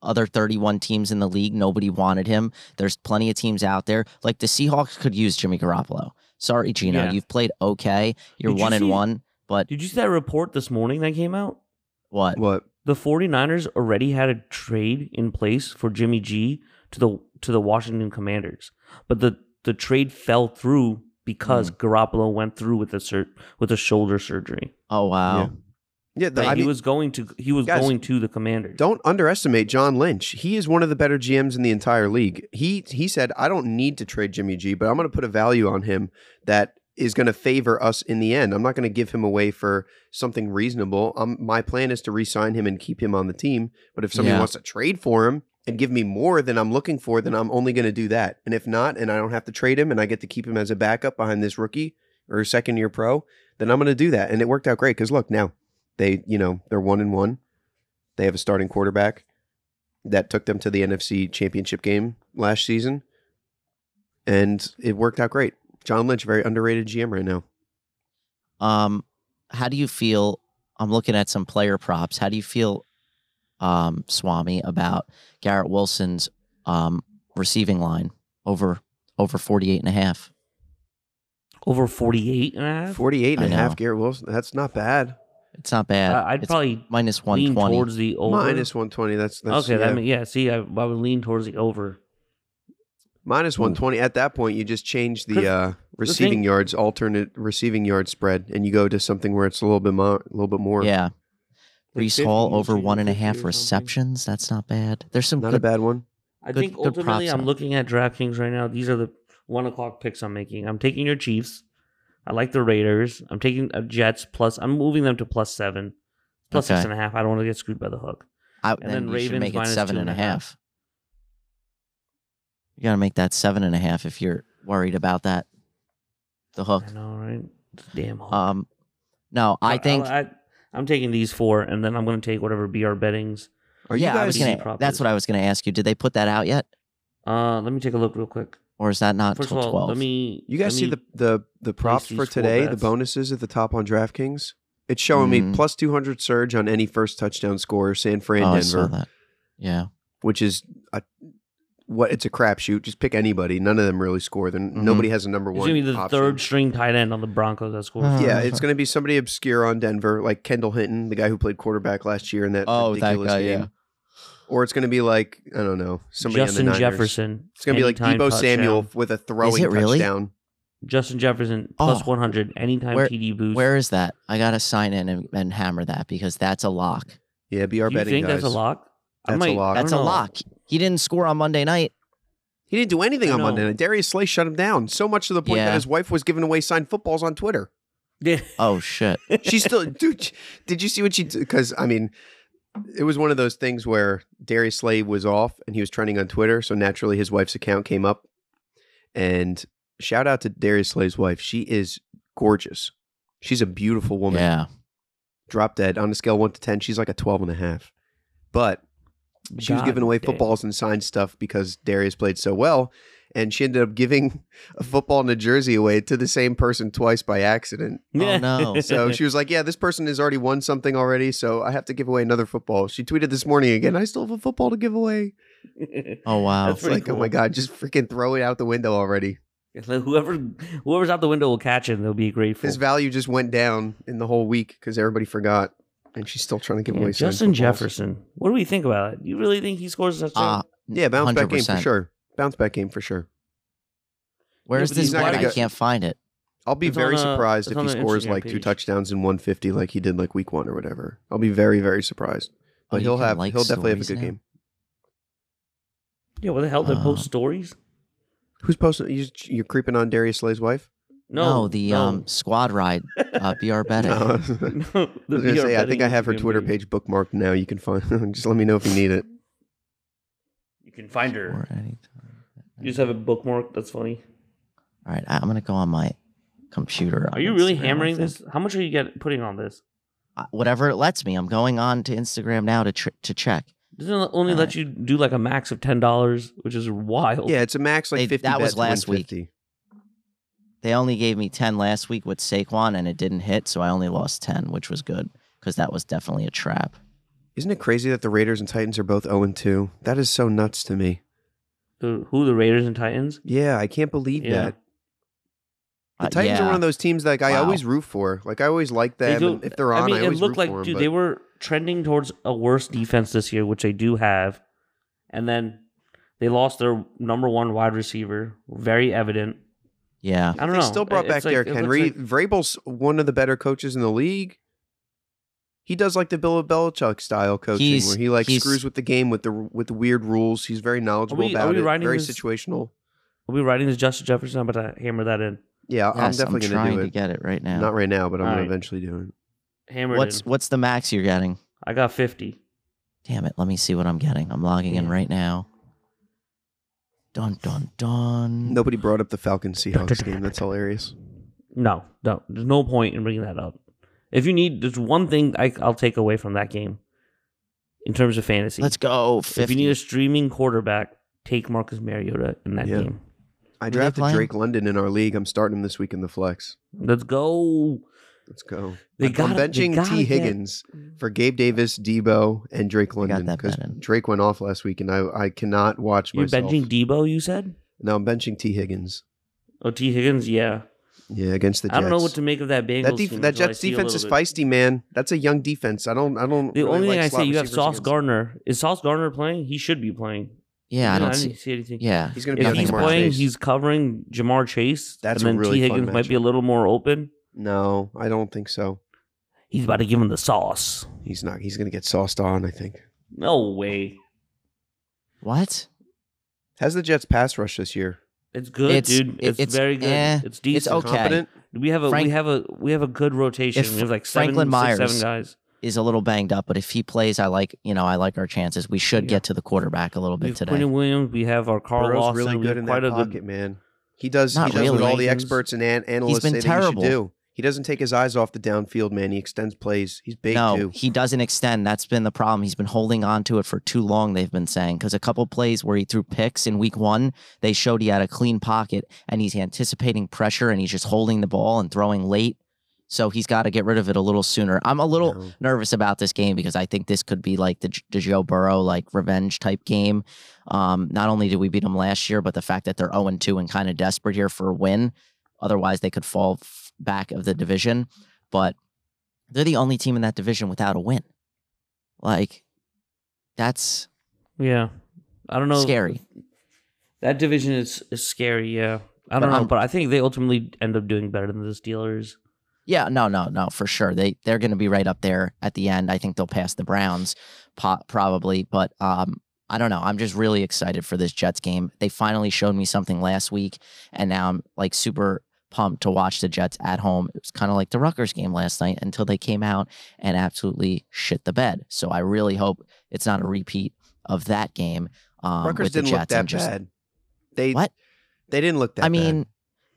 A: other 31 teams in the league, nobody wanted him. There's plenty of teams out there. Like the Seahawks could use Jimmy Garoppolo. Sorry, Gino.
C: Yeah.
A: You've played okay. You're
C: Did you
A: one and
C: see-
A: one, but
C: Did you see that report this morning that came out?
A: what?
B: What?
C: The 49ers already had a trade in place for Jimmy G to the to the Washington Commanders, but the the trade fell through because
B: Hmm.
C: Garoppolo went through with the sur- with a shoulder surgery.
A: Oh, wow.
B: Yeah. Yeah, the,
C: Like,
B: I
C: he
B: mean,
C: was going to he was
B: Guys,
C: going to the Commanders.
B: don't underestimate John Lynch. He is one of the better GMs in the entire league. He he said, I don't need to trade Jimmy G, but I'm going to put a value on him that is going to favor us in the end. I'm not going to give him away for something reasonable. Um, my plan is to re-sign him and keep him on the team. But if somebody
A: Yeah.
B: wants to trade for him and give me more than I'm looking for, then I'm only going to do that. And if not, and I don't have to trade him, and I get to keep him as a backup behind this rookie or second year pro, then I'm going to do that. And it worked out great because look now they you know they're one and one. They have a starting quarterback that took them to the NFC Championship game last season, and it worked out great. John Lynch, very underrated GM right now.
A: Um, how do you feel? I'm looking at some player props. How do you feel, um, Swami, about Garrett Wilson's um, receiving line over over 48 and a half?
C: Over 48 and a half?
B: 48 and a
A: I
B: half,
A: know.
B: Garrett Wilson. That's not bad.
A: It's not bad.
C: I- I'd
A: It's
C: probably
A: minus
C: lean
A: 120.
C: towards the over.
B: Minus 120. That's, that's
C: okay,
B: yeah.
C: that mean, yeah, see I, I would lean towards the over.
B: Minus 120. At that point, you just change the uh, receiving
C: Hmm. thing-
B: yards, alternate receiving yard spread, and you go to something where it's a little bit more, a little bit more.
A: yeah.
B: Like
A: Brees
B: 50,
A: Hall over
B: usually
A: one and a
B: 50 or
A: half
B: something.
A: receptions. That's not bad. There's some
B: Not a
A: good.
B: bad one.
C: I
A: Good-
C: think
A: good props
C: ultimately I'm
A: on it.
C: looking at DraftKings right now. These are the one o'clock picks I'm making. I'm taking your Chiefs. I like the Raiders. I'm taking uh, Jets plus. I'm moving them to plus seven, plus six
A: Okay.
C: and a half. I don't want to get screwed by the hook.
A: I,
C: and
A: then
C: then
A: you should
C: Ravens
A: make it
C: minus
A: seven
C: two
A: and a
C: and a half.
A: half. You gotta make that seven and a half if you're worried about that. The hook.
C: I know, right? It's a damn hook.
A: Um, no, I think
C: I, am taking these four, and then I'm going to take whatever BR bettings.
B: Are
A: yeah,
B: you guys?
A: I was
C: easy
A: gonna.
C: prop
A: That's
C: is?
A: what I was gonna ask you. Did they put that out yet,
C: Uh, let me take a look real quick.
A: or is that not
C: First
A: until
C: of all,
A: twelve?
C: let me.
B: You guys
C: let
B: see
C: me-
B: the the the props
C: these
B: for
C: full
B: today, the
C: bets.
B: bonuses at the top on DraftKings. It's showing
A: Mm.
B: me plus two hundred surge on any first touchdown score, San Fran
A: oh, I saw
B: Denver,
A: that. Yeah,
B: which is a what it's a crapshoot. Just pick anybody. None of them really score. Then
A: Mhm.
B: nobody has a number
C: Mm-hmm. It's
B: one.
C: going to be the
B: option.
C: third string tight end on the Broncos that scores.
A: Uh,
B: Yeah, it's going to be somebody obscure on Denver, like Kendall Hinton, the guy who played quarterback last year in that
A: Oh, that
B: ridiculous
A: guy,
B: game.
A: yeah.
B: Or it's going to be like I don't know somebody on the
C: Justin
B: Niners.
C: Jefferson.
B: It's going to be like
C: anytime
B: Debo
C: touchdown.
B: Samuel with a throwing
A: really?
B: touchdown.
C: Justin Jefferson
A: Oh.
C: plus 100 anytime
A: Where-
C: TD boost.
A: Where is that? I gotta sign in and, and hammer that because that's a lock.
B: Yeah, be our
C: Do you
B: betting
C: think
B: guys.
C: that's a lock?
B: That's a lock. I
A: That's a lock. He didn't score on Monday night.
B: He didn't do anything
C: I
B: on
C: know.
B: Monday night. Darius Slay shut him down so much to the point that
A: Yeah.
B: his wife was giving away signed footballs on Twitter.
C: Yeah.
A: Oh shit.
B: She still, dude, did you see what she? Because I mean, it was one of those things where Darius Slay was off and he was trending on Twitter, so naturally his wife's account came up. And shout out to Darius Slay's wife. She is gorgeous. She's a beautiful woman.
A: Yeah.
B: Drop dead. On a scale of one to 10, she's like a 12 and a half. But she was
C: God
B: giving away
C: damn.
B: footballs and signed stuff because Darius played so well. And she ended up giving a football and a jersey away to the same person twice by accident.
A: Oh, no.
B: So she was like, Yeah, this person has already won something already. So I have to give away another football. She tweeted this morning again, I still have a football to give away.
A: Oh wow.
C: That's
B: It's
C: pretty
B: like, Oh my
C: cool.
B: God, just freaking throw it out the window already.
C: whoever whoever's out the window will catch it. and They'll be grateful.
B: His value just went down in the whole week because everybody forgot. And she's still trying to give
C: Yeah,
B: away signed
C: Justin
B: footballs.
C: Jefferson. What do we think about it? You really think he scores a
A: Ah,
C: touchdown?
B: Yeah, bounce back game for
A: 100%.
B: sure. Bounce back game for sure.
A: Where's
C: Yeah, but
A: this
B: he's not
A: one?
B: gonna
A: I
B: go-
A: can't find it.
B: I'll be
C: It's
B: very
C: on, uh,
B: surprised
C: it's
B: if
C: on
B: he
C: the
B: scores
C: Instagram
B: like two
C: page.
B: touchdowns in 150 like he did like week one or whatever. I'll be very, very surprised.
A: Oh,
B: But
A: you
B: he'll
A: can
B: have
A: like
B: he'll definitely have a good
A: stories now?
B: game.
C: yeah, what the hell? They
A: Uh,
C: post stories?
B: Who's posting? You, you're creeping on Darius Slay's wife?
A: No,
C: No,
A: the
C: no.
A: um squad ride uh BR betting.
B: No.
C: no,
B: I was gonna say, I think I have her Twitter page bookmarked now. You can find. just let me know if you need it.
C: You can find her.
A: Or anytime.
C: You just have a bookmark. That's funny.
A: Oh, All right, I, I'm gonna go on my computer.
C: Are
A: on
C: you really
A: Instagram, I
C: hammering
A: think.
C: this? How much are you get putting on this?
A: Uh, whatever it lets me. I'm going on to Instagram now to tr- to check.
C: Doesn't it only
A: All
C: let
A: right.
C: you do like a max of ten dollars, which is wild.
B: Yeah, it's a max like
A: Hey,
B: 50.
A: that was
B: bets to
A: last week.
B: 150.
A: They only gave me ten last week with Saquon, and it didn't hit, so I only lost ten, which was good because that was definitely a trap.
B: Isn't it crazy that the Raiders and Titans are both 0 and 2? That is so nuts to me.
C: The, who the Raiders and Titans?
B: Yeah, I can't believe
C: Yeah.
B: that.
A: Uh,
B: The Titans
A: yeah.
B: are one of those teams that like, I
A: Wow.
B: always root for. Like I always like
C: They
B: them.
C: do-
B: and if they're on,
C: I
B: I,
C: mean, it
B: always
C: looked
B: root
C: like
B: for them.
C: dude,
B: but-
C: they were trending towards a worse defense this year, which they do have, and then they lost their number one wide receiver, very evident.
A: Yeah,
C: I don't
B: they
C: know.
B: still brought
C: It's
B: back
C: like-
B: Derrick
C: it looks
B: Henry.
C: like-
B: Vrabel's one of the better coaches in the league. He does like the Bill Belichick style coaching,
A: He's-
B: where he like
A: he's-
B: screws with the game with the with the weird rules. He's very knowledgeable
C: we- are
B: about
C: we
B: it.
C: riding
B: Very
C: this-
B: situational.
C: Are we writing this Justin Jefferson? I'm about to hammer that in.
B: Yeah, I'm
A: Yes,
B: definitely
A: trying
B: going to do
A: to
B: it.
A: get it right now.
B: Not right now, but I'm
C: All right.
B: going to eventually do it.
C: Hammer it
A: What's
C: in.
A: what's the max you're getting?
C: I got fifty.
A: Damn it! Let me see what I'm getting. I'm logging in
C: Yeah.
A: right now. Dun dun dun.
B: Nobody brought up the Falcon Seahawks game. That's hilarious.
C: No, no. There's no point in bringing that up. If you need, there's one thing I, I'll take away from that game in terms of fantasy.
A: Let's go.
C: if
A: 50.
C: you need a streaming quarterback, take Marcus Mariota in that
B: Yeah.
C: game.
B: I
A: they
B: drafted
A: playing?
B: Drake London in our league. I'm starting him this week in the flex.
C: Let's go.
B: Let's go.
C: They Mm.
B: I'm
C: got
B: benching T. Higgins for Gabe Davis, Debo, and Drake London
A: that
B: because
A: bet in.
B: Drake went off last week, and I, I cannot watch
C: You're
B: myself.
C: benching Debo. You said.
B: no, I'm benching T. Higgins.
C: Oh, T. Higgins. Yeah,
B: Yeah, against the Jets.
C: I don't know what to make of that Bengals.
B: that def-
C: team
B: that
C: until I
B: Jets
C: see a
B: defense is
C: little bit.
B: feisty, man. That's a young defense. I don't. I don't.
C: The
B: really
C: only
B: like
C: thing I
B: slot
C: say, you have
B: receivers
C: Sauce
B: against-
C: Gardner. Is Sauce Gardner playing? He should be playing.
A: yeah, I don't
C: didn't
A: see.
C: see anything.
A: Yeah,
B: He's going to be
C: If
B: on
A: Nothing
C: he's
A: more
B: Jamar
C: playing,
B: Chase.
C: he's covering Jamar Chase.
B: That's a
C: and then
B: really
C: T.
B: fun
C: Higgins might be
B: matchup.
C: a little more open.
B: No, I don't think so.
C: He's about to give him the sauce.
B: He's not. He's going to get sauced on. I think.
C: No way.
A: what?
B: How's the Jets pass rush this year?
C: It's good,
A: It's-
C: dude. It's,
A: it's-
C: very good.
A: eh,
C: it's decent.
A: it's okay.
B: Competent.
C: We have a
A: Frank-
C: we have a we have a good rotation.
A: If
C: We have like seven,
A: Franklin
C: six,
A: Myers-
C: seven guys.
A: Is a little banged up, but if he plays, I like you know I like our chances. We should
C: Yeah.
A: get to the quarterback a little
C: We
A: bit
C: have
A: today.
C: Quentin Williams. We have our Carl
B: Burrow's
C: Lawson.
B: really
C: we
B: good
C: have
B: in
C: quite
B: that
C: a
B: pocket,
C: good.
B: man. he does.
A: Not
B: he does what
A: really.
B: all the
C: Rankings.
B: experts and an- analysts
A: been
B: say that
A: terrible.
B: he should do. He doesn't take his eyes off the downfield, man. He extends plays. He's big
A: no,
B: too.
A: he doesn't extend. That's been the problem. He's been holding on to it for too long. They've been saying because a couple plays where he threw picks in week one, they showed he had a clean pocket and he's anticipating pressure and he's just holding the ball and throwing late. So he's got to get rid of it a little sooner. I'm a little
B: No.
A: nervous about this game because I think this could be like the, the Joe Burrow like revenge type game. Um, not only did we beat them last year, but the fact that they're 0 2 and kind of desperate here for a win. Otherwise, they could fall f- back of the division. But they're the only team in that division without a win. Like, that's
C: Yeah, I don't know.
A: Scary.
C: That division is, is scary. Yeah, I
A: But
C: don't know,
A: I'm-
C: but I think they ultimately end up doing better than the Steelers.
A: yeah, no, no, no, for sure. They they're going to be right up there at the end. I think they'll pass the Browns, po- probably. But um, I don't know. I'm just really excited for this Jets game. They finally showed me something last week, and now I'm like super pumped to watch the Jets at home. It was kind of like the Rutgers game last night until they came out and absolutely shit the bed. So I really hope it's not a repeat of that game. Um,
B: Rutgers
A: with the
B: didn't
A: Jets.
B: look that
A: I'm just,
B: bad. They
A: What?
B: They didn't look that.
A: I
B: bad.
A: mean,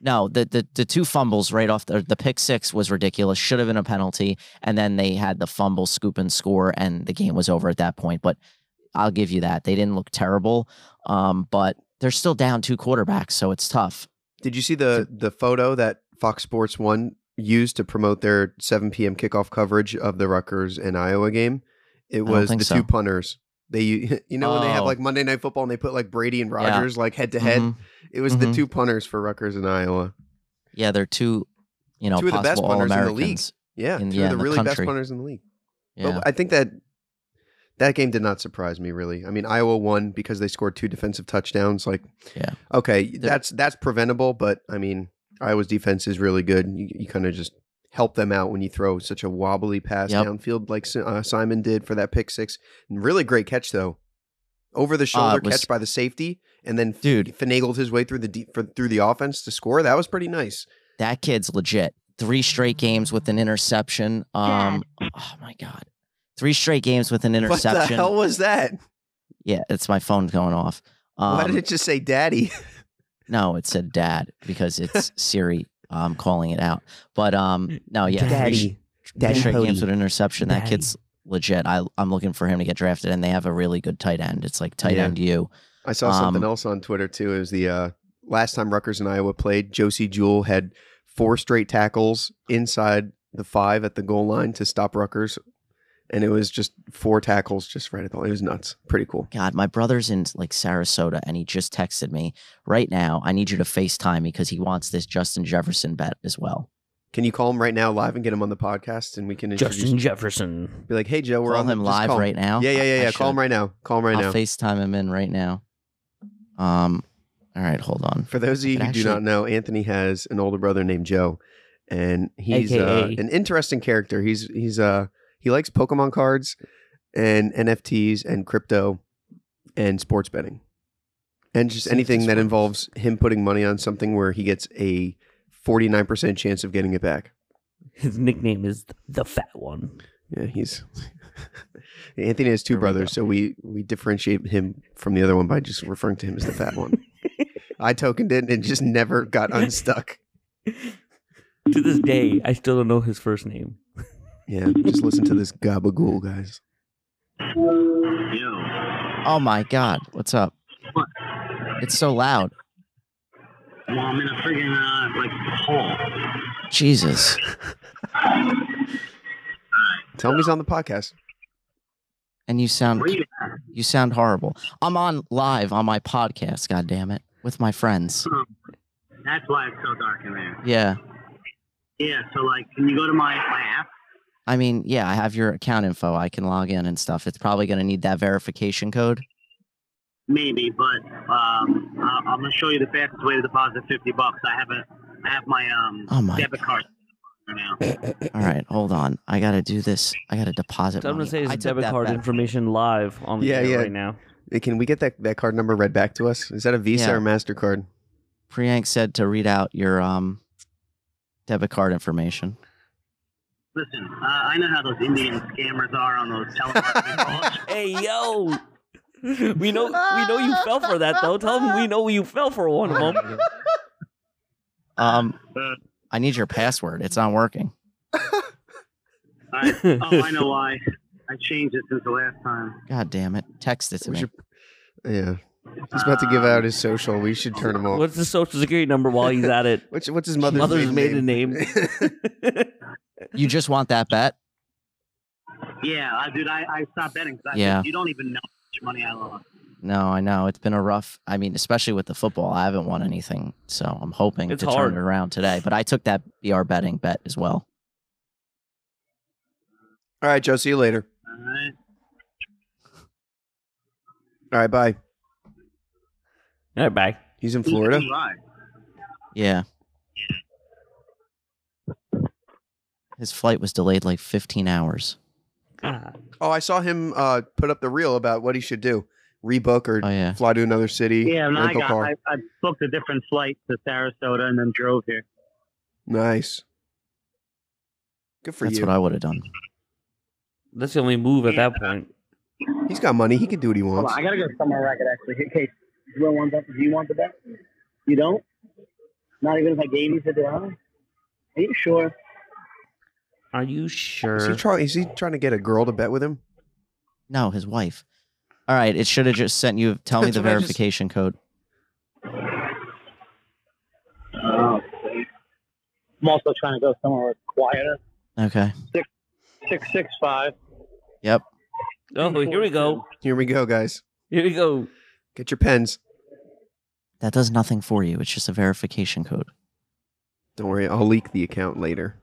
A: No, the, the the two fumbles right off the the pick six was ridiculous. Should have been a penalty, and then they had the fumble, scoop, and score, and the game was over at that point. But I'll give you that; they didn't look terrible, um, but they're still down two quarterbacks, so it's tough.
B: Did you see the the photo that Fox Sports One used to promote their 7 p.m. kickoff coverage of the Rutgers and Iowa game? It
A: don't
B: was the
A: think
B: two
A: so.
B: punters. They you know when they have
A: Oh.
B: like Monday Night Football and they put like Brady and Rogers like head to head.
A: Mhm.
B: It was the
A: Mhm.
B: two punters for Rutgers and Iowa.
A: Yeah, they're two, you know,
B: Two of the best
A: possible
B: punters in the league. Oh,
A: All-Americans.
B: Yeah,
A: In-
B: two
A: yeah,
B: of the
A: in the
B: really best
A: country.
B: punters in the league.
A: Yeah.
B: But I think that that game did not surprise me really. I mean, Iowa won because they scored two defensive touchdowns. Like,
A: Yeah.
B: okay, that's that's preventable. But I mean, Iowa's defense is really good. You, you kind of just help them out when you throw such a wobbly pass
A: Yep.
B: downfield like Si- uh, Simon did for that pick six. And really great catch though, over the
A: Uh,
B: shoulder
A: it was-
B: catch by the safety, and then f-
A: Dude.
B: finagled his way through the deep for, through the offense to score. That was pretty nice.
A: That kid's legit. Three straight games with an interception. Um, oh my god, three straight games with an interception.
B: What the hell was that?
A: Yeah, it's my phone going off. Um,
B: Why did it just say "daddy"?
A: No, it said dad because it's Siri um, calling it out. But um, no, yeah, three sh-
B: Mm, Daddy
A: three straight
B: Pody.
A: games with an interception. That
C: Daddy.
A: kid's legit. I, I'm looking for him to get drafted, and they have a really good tight end. It's like tight
B: Yeah.
A: end you.
B: I saw something
A: Um,
B: else on Twitter too. It was the uh, last time Rutgers and Iowa played. Josie Jewell had four straight tackles inside the five at the goal line to stop Rutgers, and it was just four tackles just right at the. It was nuts. Pretty cool.
A: God, my brother's in like Sarasota, and he just texted me right now. I need you to FaceTime me because he wants this Justin Jefferson bet as well.
B: Can you call him right now live and get him on the podcast, and we can introduce.
C: Justin Jefferson.
B: Be like, hey Joe, we're
A: Call
B: on the-
A: him
B: just
A: live
B: call him.
A: right now?
B: Yeah, yeah, yeah,
A: I- I
B: yeah. call him
A: should.
B: right now. Call him right
A: I'll
B: now.
A: FaceTime him in right now. Um, all right, hold on.
B: For those of you
A: It
B: who do
A: actually-
B: not know, Anthony has an older brother named Joe, and he's uh,
C: AKA.
B: an interesting character. He's he's uh he likes Pokemon cards and NFTs and crypto and sports betting and just
A: See if
B: anything
A: this
B: that
A: works.
B: involves him putting money on something where he gets a forty nine percent chance of getting it back.
C: His nickname is the Fat One.
B: Yeah, he's Anthony has two
A: Here we go.
B: brothers, so we we differentiate him from the other one by just referring to him as the fat one. I tokened it and just never got unstuck.
C: To this day, I still don't know his first name.
B: Yeah, just listen to this gabagool, guys.
D: Yo,
A: Oh my God, what's up?
D: What?
A: It's so loud.
D: well, I'm in a friggin' uh, like hole.
A: Jesus.
B: Tell him he's on the podcast.
A: And you sound
D: Where you at?
A: you sound horrible. I'm on live on my podcast, god damn it, with my friends.
D: That's why it's so dark in there.
A: Yeah.
D: Yeah, so like, can you go to my, my app?
A: I mean, yeah, I have your account info. I can log in and stuff. It's probably going to need that verification code.
D: Maybe, but um, I, I'm gonna show you the fastest way to deposit 50 bucks. I have a, I have my um
A: Oh my
D: debit card right now.
A: All right, hold on. I got to do this. I got to deposit
C: So I'm
A: money.
C: gonna say his
A: I took
C: debit
A: that
C: card
A: bet.
C: information live on the
B: Yeah,
C: air
B: yeah.
C: right now.
B: Hey, Can we get that, that card number read back to us? Is that a Visa
A: Yeah.
B: or MasterCard?
A: Priyank said to read out your um debit card information.
D: Listen, uh, I know how those Indian scammers are on those telemarketing calls.
C: Hey yo, we know we know you fell for that though. Tell him we know you fell for one of them.
A: Um I need your password. It's not working.
D: I, oh, I know why. I changed it since the last time.
A: God damn it. Text it to
B: We
A: me.
B: should- Yeah. He's about to give out his social. We should turn him off.
C: What's the social security number while he's at it?
B: What's, what's his mother's,
C: Mother's
B: maiden
C: maiden name.
A: You just want that bet?
D: Yeah, I, dude, I, I stopped betting. 'cause I,
A: Yeah.
D: You don't even know how much money I lost.
A: No, I know. It's been a rough, I mean, especially with the football. I haven't won anything. So I'm hoping
C: It's
A: to
C: hard.
A: turn it around today. But I took that BR betting bet as well.
B: All right, Joe. See you later.
D: All right.
B: All right, bye.
C: All right, bye.
B: He's in Florida.
D: Right.
A: Yeah. His flight was delayed like 15 hours.
C: God.
B: Oh, I saw him uh, put up the reel about what he should do: rebook or
A: Oh, yeah.
B: fly to another city.
D: Yeah, no, I
B: rental
D: got.
B: car.
D: I, I booked a different flight to Sarasota and then drove here.
B: Nice. Good for
A: That's
B: you.
A: what I would have done.
C: That's the only move at that point.
B: He's got money. He can do what he
D: Hold
B: wants.
D: on, I gotta go somewhere where I could actually hit case. Do you want the, do you want the bet? You don't? Not even if I gave you to the Are you sure?
C: Are you sure?
B: Is he, try- is he trying to get a girl to bet with him?
A: No, his wife. All right, it should have just sent you. Tell me
B: That's
A: the
B: what I just-
A: verification code.
D: Oh, okay. I'm also trying to go somewhere quieter.
A: Okay.
D: Six six five.
A: Yep.
C: oh, here we go.
B: Here we go, guys.
C: Here we go.
B: Get your pens.
A: That does nothing for you. It's just a verification code.
B: Don't worry, I'll leak the account later.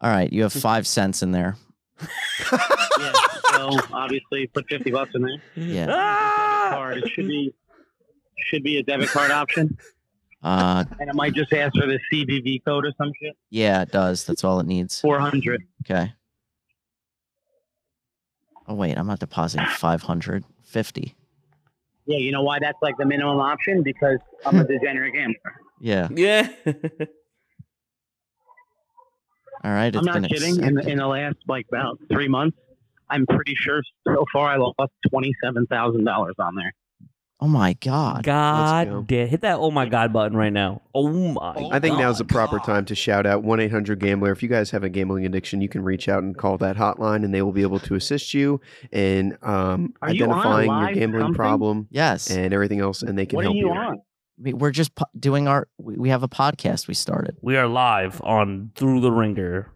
A: All right, you have five cents in there.
D: yeah. So obviously, put fifty bucks in there.
A: Yeah.
C: Ah!
D: Card. It should be should be a debit card option,
A: Uh,
D: and it might just ask for the CVV code or some shit.
A: yeah, it does. That's all it needs.
D: Four hundred.
A: Okay. Oh wait, I'm not depositing 550.
D: Yeah. You know why that's like the minimum option? Because I'm a
B: Hmm.
D: degenerate gambler.
A: Yeah.
C: Yeah.
A: All right. It's
D: I'm not
A: been
D: kidding. In,
A: accepted.
D: in the last like about three months, I'm pretty sure so far I lost twenty seven thousand dollars on there.
A: oh my god.
B: go.
C: God damn. Hit that oh my god button right now. Oh my.
B: I think
C: God.
B: now's the proper time to shout out 1 800 Gambler. If you guys have a gambling addiction, you can reach out and call that hotline and they will be able to assist you in um,
D: Are you on a
B: identifying your
D: live
B: gambling
D: something?
B: problem
A: Yes.
B: and everything else, and they can
D: What are
B: help
D: you on?
A: We- We're just po- doing our. We we have a podcast we started.
C: We are live on Through the Ringer.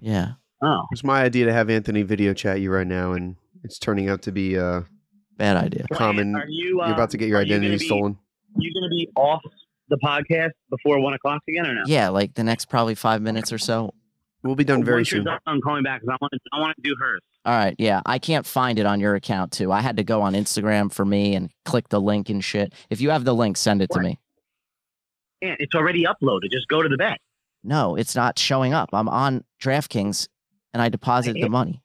A: Yeah.
D: Oh,
B: It was my idea to have Anthony video chat you right now, and it's turning out to be uh,
A: Bad idea.
B: a common.
D: Are you, uh,
B: You're about to get your
D: are you gonna
B: identity
D: be-
B: stolen.
D: you going to be off the podcast before one o'clock again or no?
A: Yeah, like the next probably five minutes or so.
B: We'll be done very
D: Once you're
B: soon.
D: done, I'm calling back 'cause I want to. I want to do hers.
A: All right. Yeah. I can't find it on your account, too. I had to go on Instagram for me and click the link and shit. If you have the link, send it to
D: What?
A: me.
D: Yeah, it's already uploaded. Just go to the bank.
A: No, it's not showing up. I'm on DraftKings and I deposited the
D: Damn.
A: money.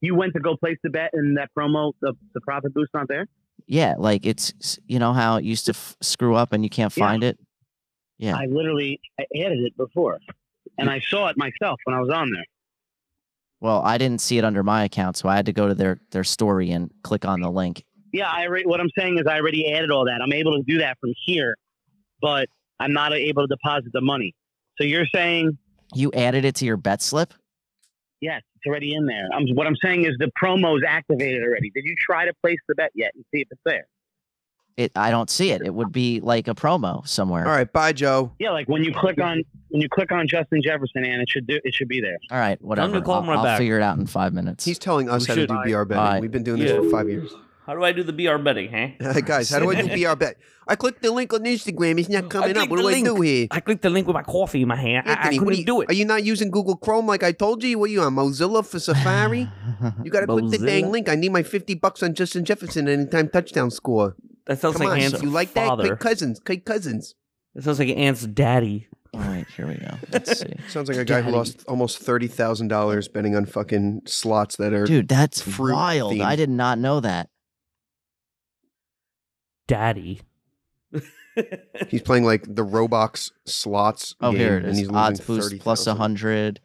D: You went to go place the bet, and that promo, the, the profit boost, not there.
A: Yeah. Like it's, s- you know how it used to f- screw up and you can't
D: Yeah.
A: find it? Yeah.
D: I literally I added it before, and I saw it myself when I was on there.
A: Well, I didn't see it under my account, so I had to go to their, their story and click on the link.
D: Yeah, I already, what I'm saying is I already added all that. I'm able to do that from here, but I'm not able to deposit the money. So you're saying
A: You added it to your bet slip?
D: Yes, it's already in there. I'm, what I'm saying is the promo's activated already. Did you try to place the bet yet and see if it's there?
A: It, I don't see it. It would be like a promo somewhere.
B: All right, bye, Joe.
D: Yeah, like when you click on when you click on Justin Jefferson, and it should do it should be there.
A: All right, whatever.
C: gonna call
A: I'll,
C: him right
A: I'll
C: back.
A: figure it out in five minutes.
B: He's telling us
C: We
B: how to
C: should.
B: do BR betting.
A: Bye.
B: We've been doing this
C: Yeah.
B: for five years.
C: How do I do the BR betting, huh?
B: Guys, how do I do BR bet? I clicked the link on Instagram. It's not coming up.
C: clicked
B: What do
C: the
B: I do
C: link.
B: here?
C: I clicked the link with my coffee in my hand. I, I
B: Anthony, what
C: couldn't
B: are you,
C: do it.
B: Are you not using Google Chrome like I told you? What are you on Mozilla for Safari? You got to click the dang
C: Mozilla?
B: link. I need my 50 bucks on Justin Jefferson anytime touchdown score.
C: that sounds
B: Come
C: like
B: on,
C: Ant's
B: if you like
C: father.
B: that, click Cousins. Click Cousins.
C: That sounds like Ant's daddy.
A: All right, here we go. Let's see.
B: Sounds like a guy who
A: Daddy.
B: lost almost $30,000 betting on fucking slots that are.
A: Dude, that's
B: Fruit
A: wild. I
B: themed.
A: did not know that.
C: Daddy.
B: He's playing like the Roblox slots.
A: Oh,
B: game,
A: here it
B: and
A: is.
B: he's
A: Odds
B: losing
A: boost plus
B: 30,000.
A: 100,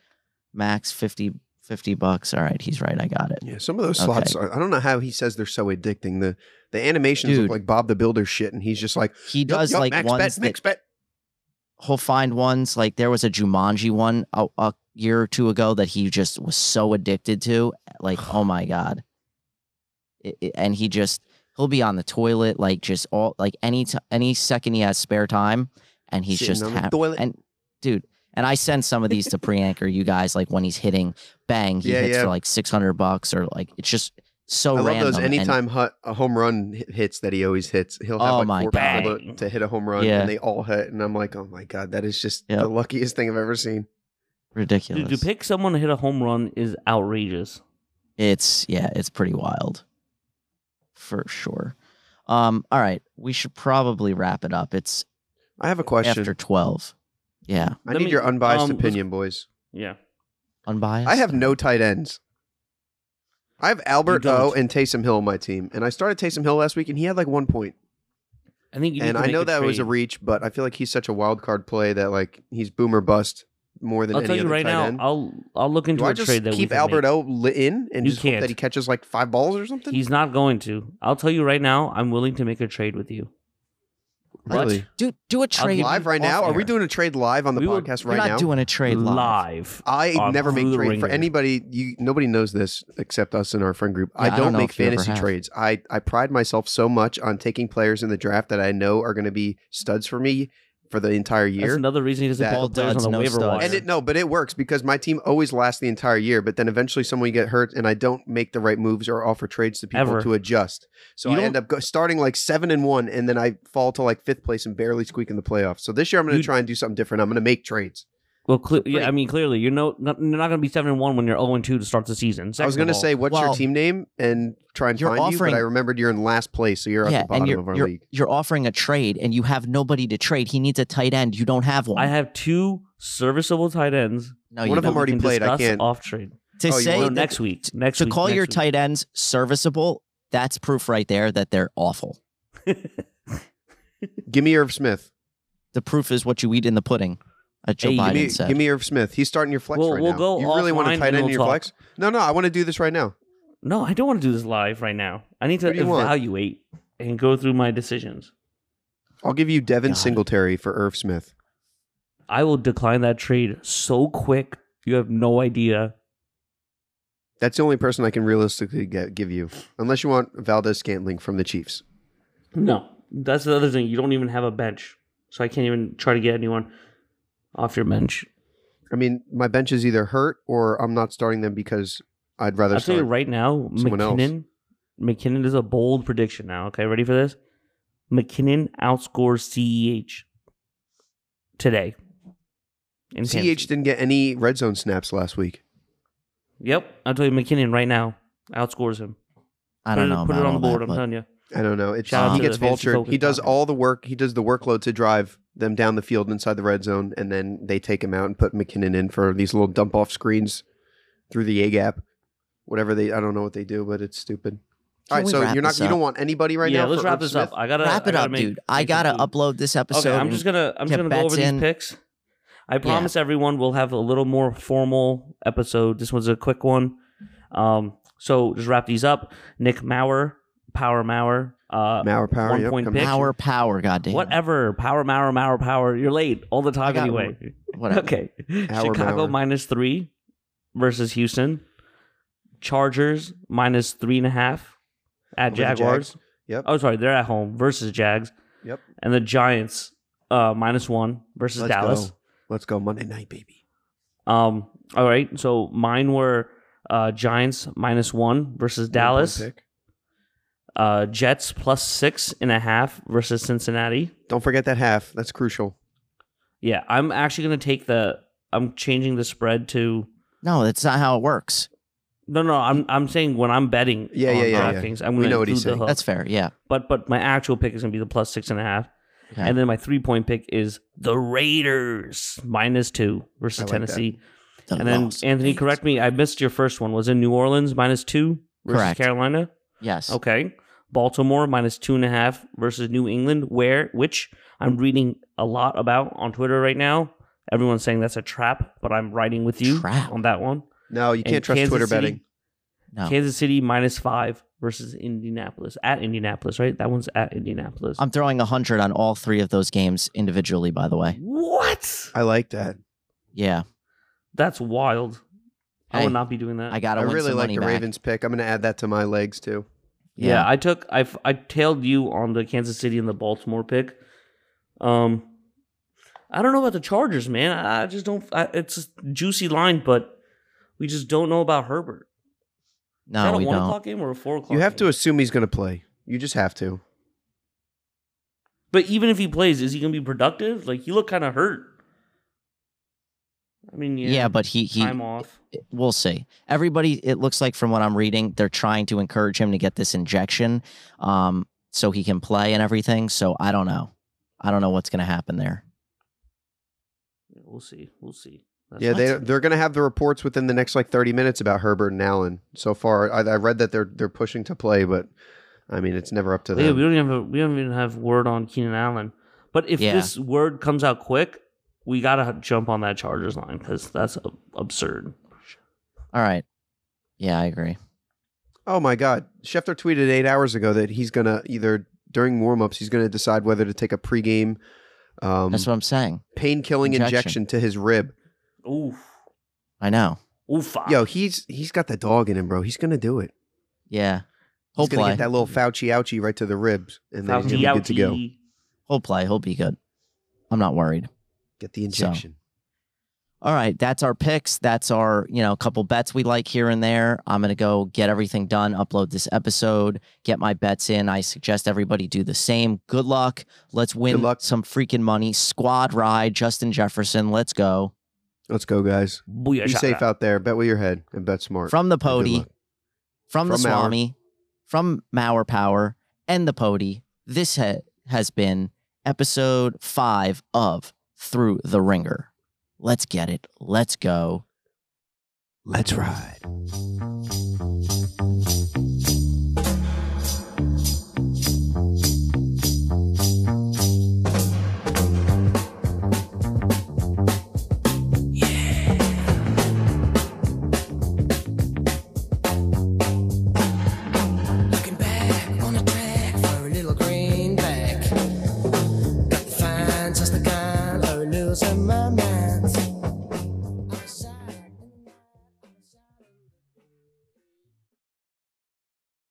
A: max 50, 50 bucks. All right, he's right. I got it.
B: Yeah, some of those slots. Are, I don't know how he says they're so addicting. The the animations
A: Dude.
B: look like Bob the Builder shit, and he's just like
A: He
B: yup,
A: does
B: yup,
A: like
B: max
A: ones
B: bet,
A: that
B: max bet.
A: he'll find ones like there was a Jumanji one a, a year or two ago that he just was so addicted to. Like, oh my god! It- it- and he just he'll be on the toilet like just all like any t- any second he has spare time, and he's
B: Sitting
A: just
B: on the
A: hap-
B: toilet.
A: and dude. And I send some of these to pre-anchor you guys like when he's hitting, bang, he
B: Yeah,
A: hits
B: yeah.
A: for like six hundred bucks or like it's just so
B: I love
A: random.
B: those
A: and-
B: anytime hut, a home run hi- hits that he always hits. He'll have
A: Oh
B: like
A: my
B: four
C: God.
B: people to, to hit a home run,
A: Yeah.
B: and they all hit. And I'm like, oh my god, that is just
A: Yep.
B: the luckiest thing I've ever seen.
A: ridiculous.
C: Dude, to pick someone to hit a home run is outrageous.
A: It's yeah, it's pretty wild. For sure. Um, all right. We should probably wrap it up. It's
B: I have a question.
A: after twelve. Yeah.
B: I
C: Let
B: need
C: me-
B: your unbiased
C: um,
B: opinion, boys.
C: Yeah.
A: Unbiased.
B: I have no tight ends. I have Albert
C: You don't.
B: O and Taysom Hill on my team, and I started Taysom Hill last week, and he had like one point.
C: I think you need
B: and
C: to
B: I
C: make
B: know
C: a
B: that was a
C: trade.
B: reach, but I feel like he's such a wild card play that like he's boomer bust more than
C: I'll
B: any
C: tell you
B: other
C: right
B: tight
C: now.
B: end.
C: I'll I'll look into
B: Do
C: a
B: I just
C: trade that we
B: keep
C: can
B: Albert
C: make.
B: O lit in and
C: You
B: just hope
C: can't.
B: that he catches like five balls or something?
C: He's not going to. I'll tell you right now. I'm willing to make a trade with you.
A: Let's-
B: Really?
A: do do a trade
B: live right now?
A: off
B: Are we
A: air.
B: doing a trade live on the
C: We will-
B: podcast
A: We're
B: right
A: not
B: now?
A: doing a trade live.
C: live.
B: I
C: on
B: never make
C: Through the
B: trade for
C: Ringer.
B: anybody. You nobody knows this except us in our friend group.
A: Yeah,
B: I
A: I
B: don't,
A: don't know
B: make
A: if you ever
B: fantasy
A: have.
B: trades. I I pride myself so much on taking players in the draft that I know are going to be studs for me for the entire
C: That's
B: year.
C: another reason he doesn't
B: That-
C: pull players
A: Duds,
C: on the
A: no
C: waiver
A: studs.
C: wire.
B: And it, no, but it works because my team always lasts the entire year. But then eventually someone get hurt, and I don't make the right moves or offer trades to people
C: Ever.
B: to adjust. So
C: You
B: I
C: don't-
B: end up go, starting like seven and one, and then I fall to like fifth place and barely squeak in the playoffs. So this year I'm going
C: You-
B: to try and do something different. I'm going to make trades.
C: well, cle- yeah,
B: Great.
C: I mean, clearly, you're no, not, you're not going to be seven and one when you're zero and two to start the season.
B: I was
C: going to
B: say, what's
A: Well,
B: your team name? And try and
A: you're
B: find you,
A: offering-
B: but I remembered you're in last place, so you're at
A: Yeah,
B: the
A: and
B: bottom of
A: you're
B: our
A: you're,
B: league.
A: you're offering a trade, and you have nobody to trade. He needs a tight end. You don't have one.
C: I have two serviceable tight ends.
A: no,
B: one
A: you
B: of
A: don't.
C: that
B: them
C: we
B: already
C: can
B: played. I
C: discuss
B: can't-
C: off trade.
A: to
B: oh, you
A: say
B: want
C: No,
A: that-
C: next week. Next
A: to
C: week,
A: call
C: next
A: your
C: week.
A: tight ends serviceable. That's proof right there that they're awful.
B: Give me Irv Smith.
A: The proof is what you eat in the pudding. As Joe
C: Hey,
A: Biden
B: Give me,
A: said.
B: give me Irv Smith. He's starting your flex
C: We'll-
B: right
C: we'll
B: now.
C: go
B: you really want
C: offline
B: to
C: and
B: tight end
C: we'll
B: your
C: talk.
B: flex? No, no, I want to do this right now.
C: No, I don't want to do this live right now. I need to
B: What do you want?
C: evaluate and go through my decisions.
B: I'll give you Devin
A: God.
B: Singletary for Irv Smith.
C: I will decline that trade so quick. You have no idea.
B: That's the only person I can realistically get, give you, unless you want Valdez Scantling from the Chiefs.
C: No, that's the other thing. You don't even have a bench, so I can't even try to get anyone off your bench.
B: I mean, my bench is either hurt or I'm not starting them because I'd rather
C: I'll tell
B: start.
C: you right now,
B: someone else.
C: McKinnon. McKinnon is a bold prediction now. Okay, ready for this? McKinnon outscores Ceh today. In
B: CH
C: fantasy.
B: didn't get any red zone snaps last week.
C: Yep, I'll tell you, McKinnon right now outscores him.
A: I don't
C: put it,
A: know
C: Put it
A: about
C: on the
A: all
C: board.
A: that,
C: I'm
A: but
C: telling you.
B: I don't know. It's
A: Shout out
B: he
A: to
B: gets
C: the Fantasy
B: vultured.
C: Focus
B: He does
C: podcast.
B: all the work. He does the workload to drive them down the field inside the red zone, and then they take him out and put McKinnon in for these little dump off screens through the A gap, whatever they. I don't know what they do, but it's stupid.
A: Can
B: all right,
A: we
B: so
A: wrap
B: you're not.
A: this
B: You
A: up?
B: don't want anybody right
C: yeah,
B: now.
C: let's
B: for
C: wrap
B: Irv
C: this
B: Smith?
C: up. I gotta
A: wrap it
C: I gotta
A: up,
C: make-
A: dude. I
C: make some
A: gotta
C: food.
A: upload this episode.
C: Okay, I'm
A: and-
C: just gonna I'm just
A: get
C: gonna go
A: bets
C: over these
A: in.
C: picks. I promise everyone we'll have a little more formal episode. This one's a quick one. Um, so just wrap these up. Nick Maurer, Power Maurer, uh,
B: Mauer power.
C: One
B: yep,
C: point
B: come
C: pick.
B: on.
A: power, power, goddamn. it.
C: whatever. Power Maurer, Maurer, Power. You're late all the time
A: got
C: anyway.
A: Whatever.
C: Okay.
B: Power
C: Chicago
B: Maurer.
C: minus three versus Houston. Chargers minus three and a half at
B: Over the Jags.
C: Jaguars.
B: Yep.
C: Oh, sorry, they're at home versus Jags.
B: Yep.
C: And the Giants uh, minus one versus
B: Let's
C: Dallas.
B: Go. Let's go Monday night, baby.
C: Um, all right. So mine were uh, Giants minus one versus Dallas.
B: One point pick.
C: Uh, Jets plus six and a half versus Cincinnati.
B: Don't forget that half. That's crucial.
C: Yeah, I'm actually gonna take the. I'm changing the spread to.
A: No, that's not how it works.
C: No, no, I'm I'm saying when I'm betting.
B: Yeah,
C: on
B: yeah, yeah, yeah.
C: DraftKings, I'm
B: We
C: gonna
B: know
C: include
B: what he's
C: the
B: saying.
C: hook.
A: That's fair. Yeah.
C: But but my actual pick is gonna be the plus six and a half,
A: Okay.
C: and then my three point pick is the Raiders minus two versus
B: I like that.
C: Tennessee.
A: The
C: and then
A: Las
C: Anthony,
A: Vegas.
C: correct me. I missed your first one. Was in New Orleans minus two versus
A: Correct.
C: Carolina.
A: Yes.
C: Okay. Baltimore minus two and a half versus New England, where which I'm reading a lot about on Twitter right now. Everyone's saying that's a trap, but I'm riding with you
A: Trap.
C: on that one.
B: No, you can't
C: And
B: trust
C: Kansas
B: Twitter
C: City-
B: betting.
A: No.
C: Kansas City minus five versus Indianapolis at Indianapolis, right? That one's at Indianapolis.
A: I'm throwing 100 on all three of those games individually, by the way.
C: what?
B: I like that.
A: Yeah.
C: That's wild. I
A: Hey,
C: would not be doing that.
A: I got to
B: I
A: win
B: really
A: some
B: like
A: money
B: the
A: back.
B: Ravens pick. I'm going to add that to my legs too.
C: Yeah, I took I I tailed you on the Kansas City and the Baltimore pick. Um, I don't know about the Chargers, man. I, I just don't. I, it's a juicy line, but we just don't know about Herbert. Is that
A: no,
C: a
A: we
C: one
A: don't.
C: o'clock game or a four o'clock?
B: You have to
C: game?
B: assume he's going to play. You just have to.
C: But even if he plays, is he going to be productive? Like he looked kind of hurt. I mean, yeah,
A: Yeah, but he he
C: time off.
A: we'll see. Everybody it looks like from what I'm reading, they're trying to encourage him to get this injection um so he can play and everything. So I don't know. I don't know what's going to happen there.
C: We'll see. We'll see. That's
B: Yeah,
C: not-
B: they they're going to have the reports within the next like 30 minutes about Herbert and Allen. So far, I, I read that they're they're pushing to play, but I mean it's never up to
C: Yeah,
B: them.
C: we don't even have a, we don't even have word on Keenan Allen. But if
A: Yeah.
C: this word comes out quick, we gotta jump on that Chargers line because that's ab- absurd.
A: All right. Yeah, I agree.
B: oh my God, Schefter tweeted eight hours ago that he's going to either during warmups, he's going to decide whether to take a pregame um,
A: That's what I'm saying.
B: pain killing
A: Injection.
B: injection. to his rib.
C: Oof.
A: I know.
C: Oof. ah.
B: Yo, he's he's got the dog in him, bro. He's going to do it.
A: Yeah.
B: He's
A: He'll
B: going to
A: play.
B: get that little Fauci ouchie right to the ribs, and then he's going to be good to go.
A: He'll play. He'll be good. I'm not worried.
B: Get the injection.
A: All right, that's our picks. That's our, you know, couple bets we like here and there. I'm going to go get everything done, upload this episode, get my bets in. I suggest everybody do the same. Good luck. Let's win
B: luck.
A: some freaking money. Squad ride, Justin Jefferson. Let's go.
B: Let's go, guys.
C: Booyah,
B: Be safe
C: shaka.
B: out there. Bet with your head and bet smart.
A: From the
B: And good
A: Pody,
B: luck.
A: from the
B: From Mauer.
A: Swami, from Mauer Power, and the Pody, this ha- has been episode five of Through the Ringer. Let's get it. Let's go.
B: Let's ride.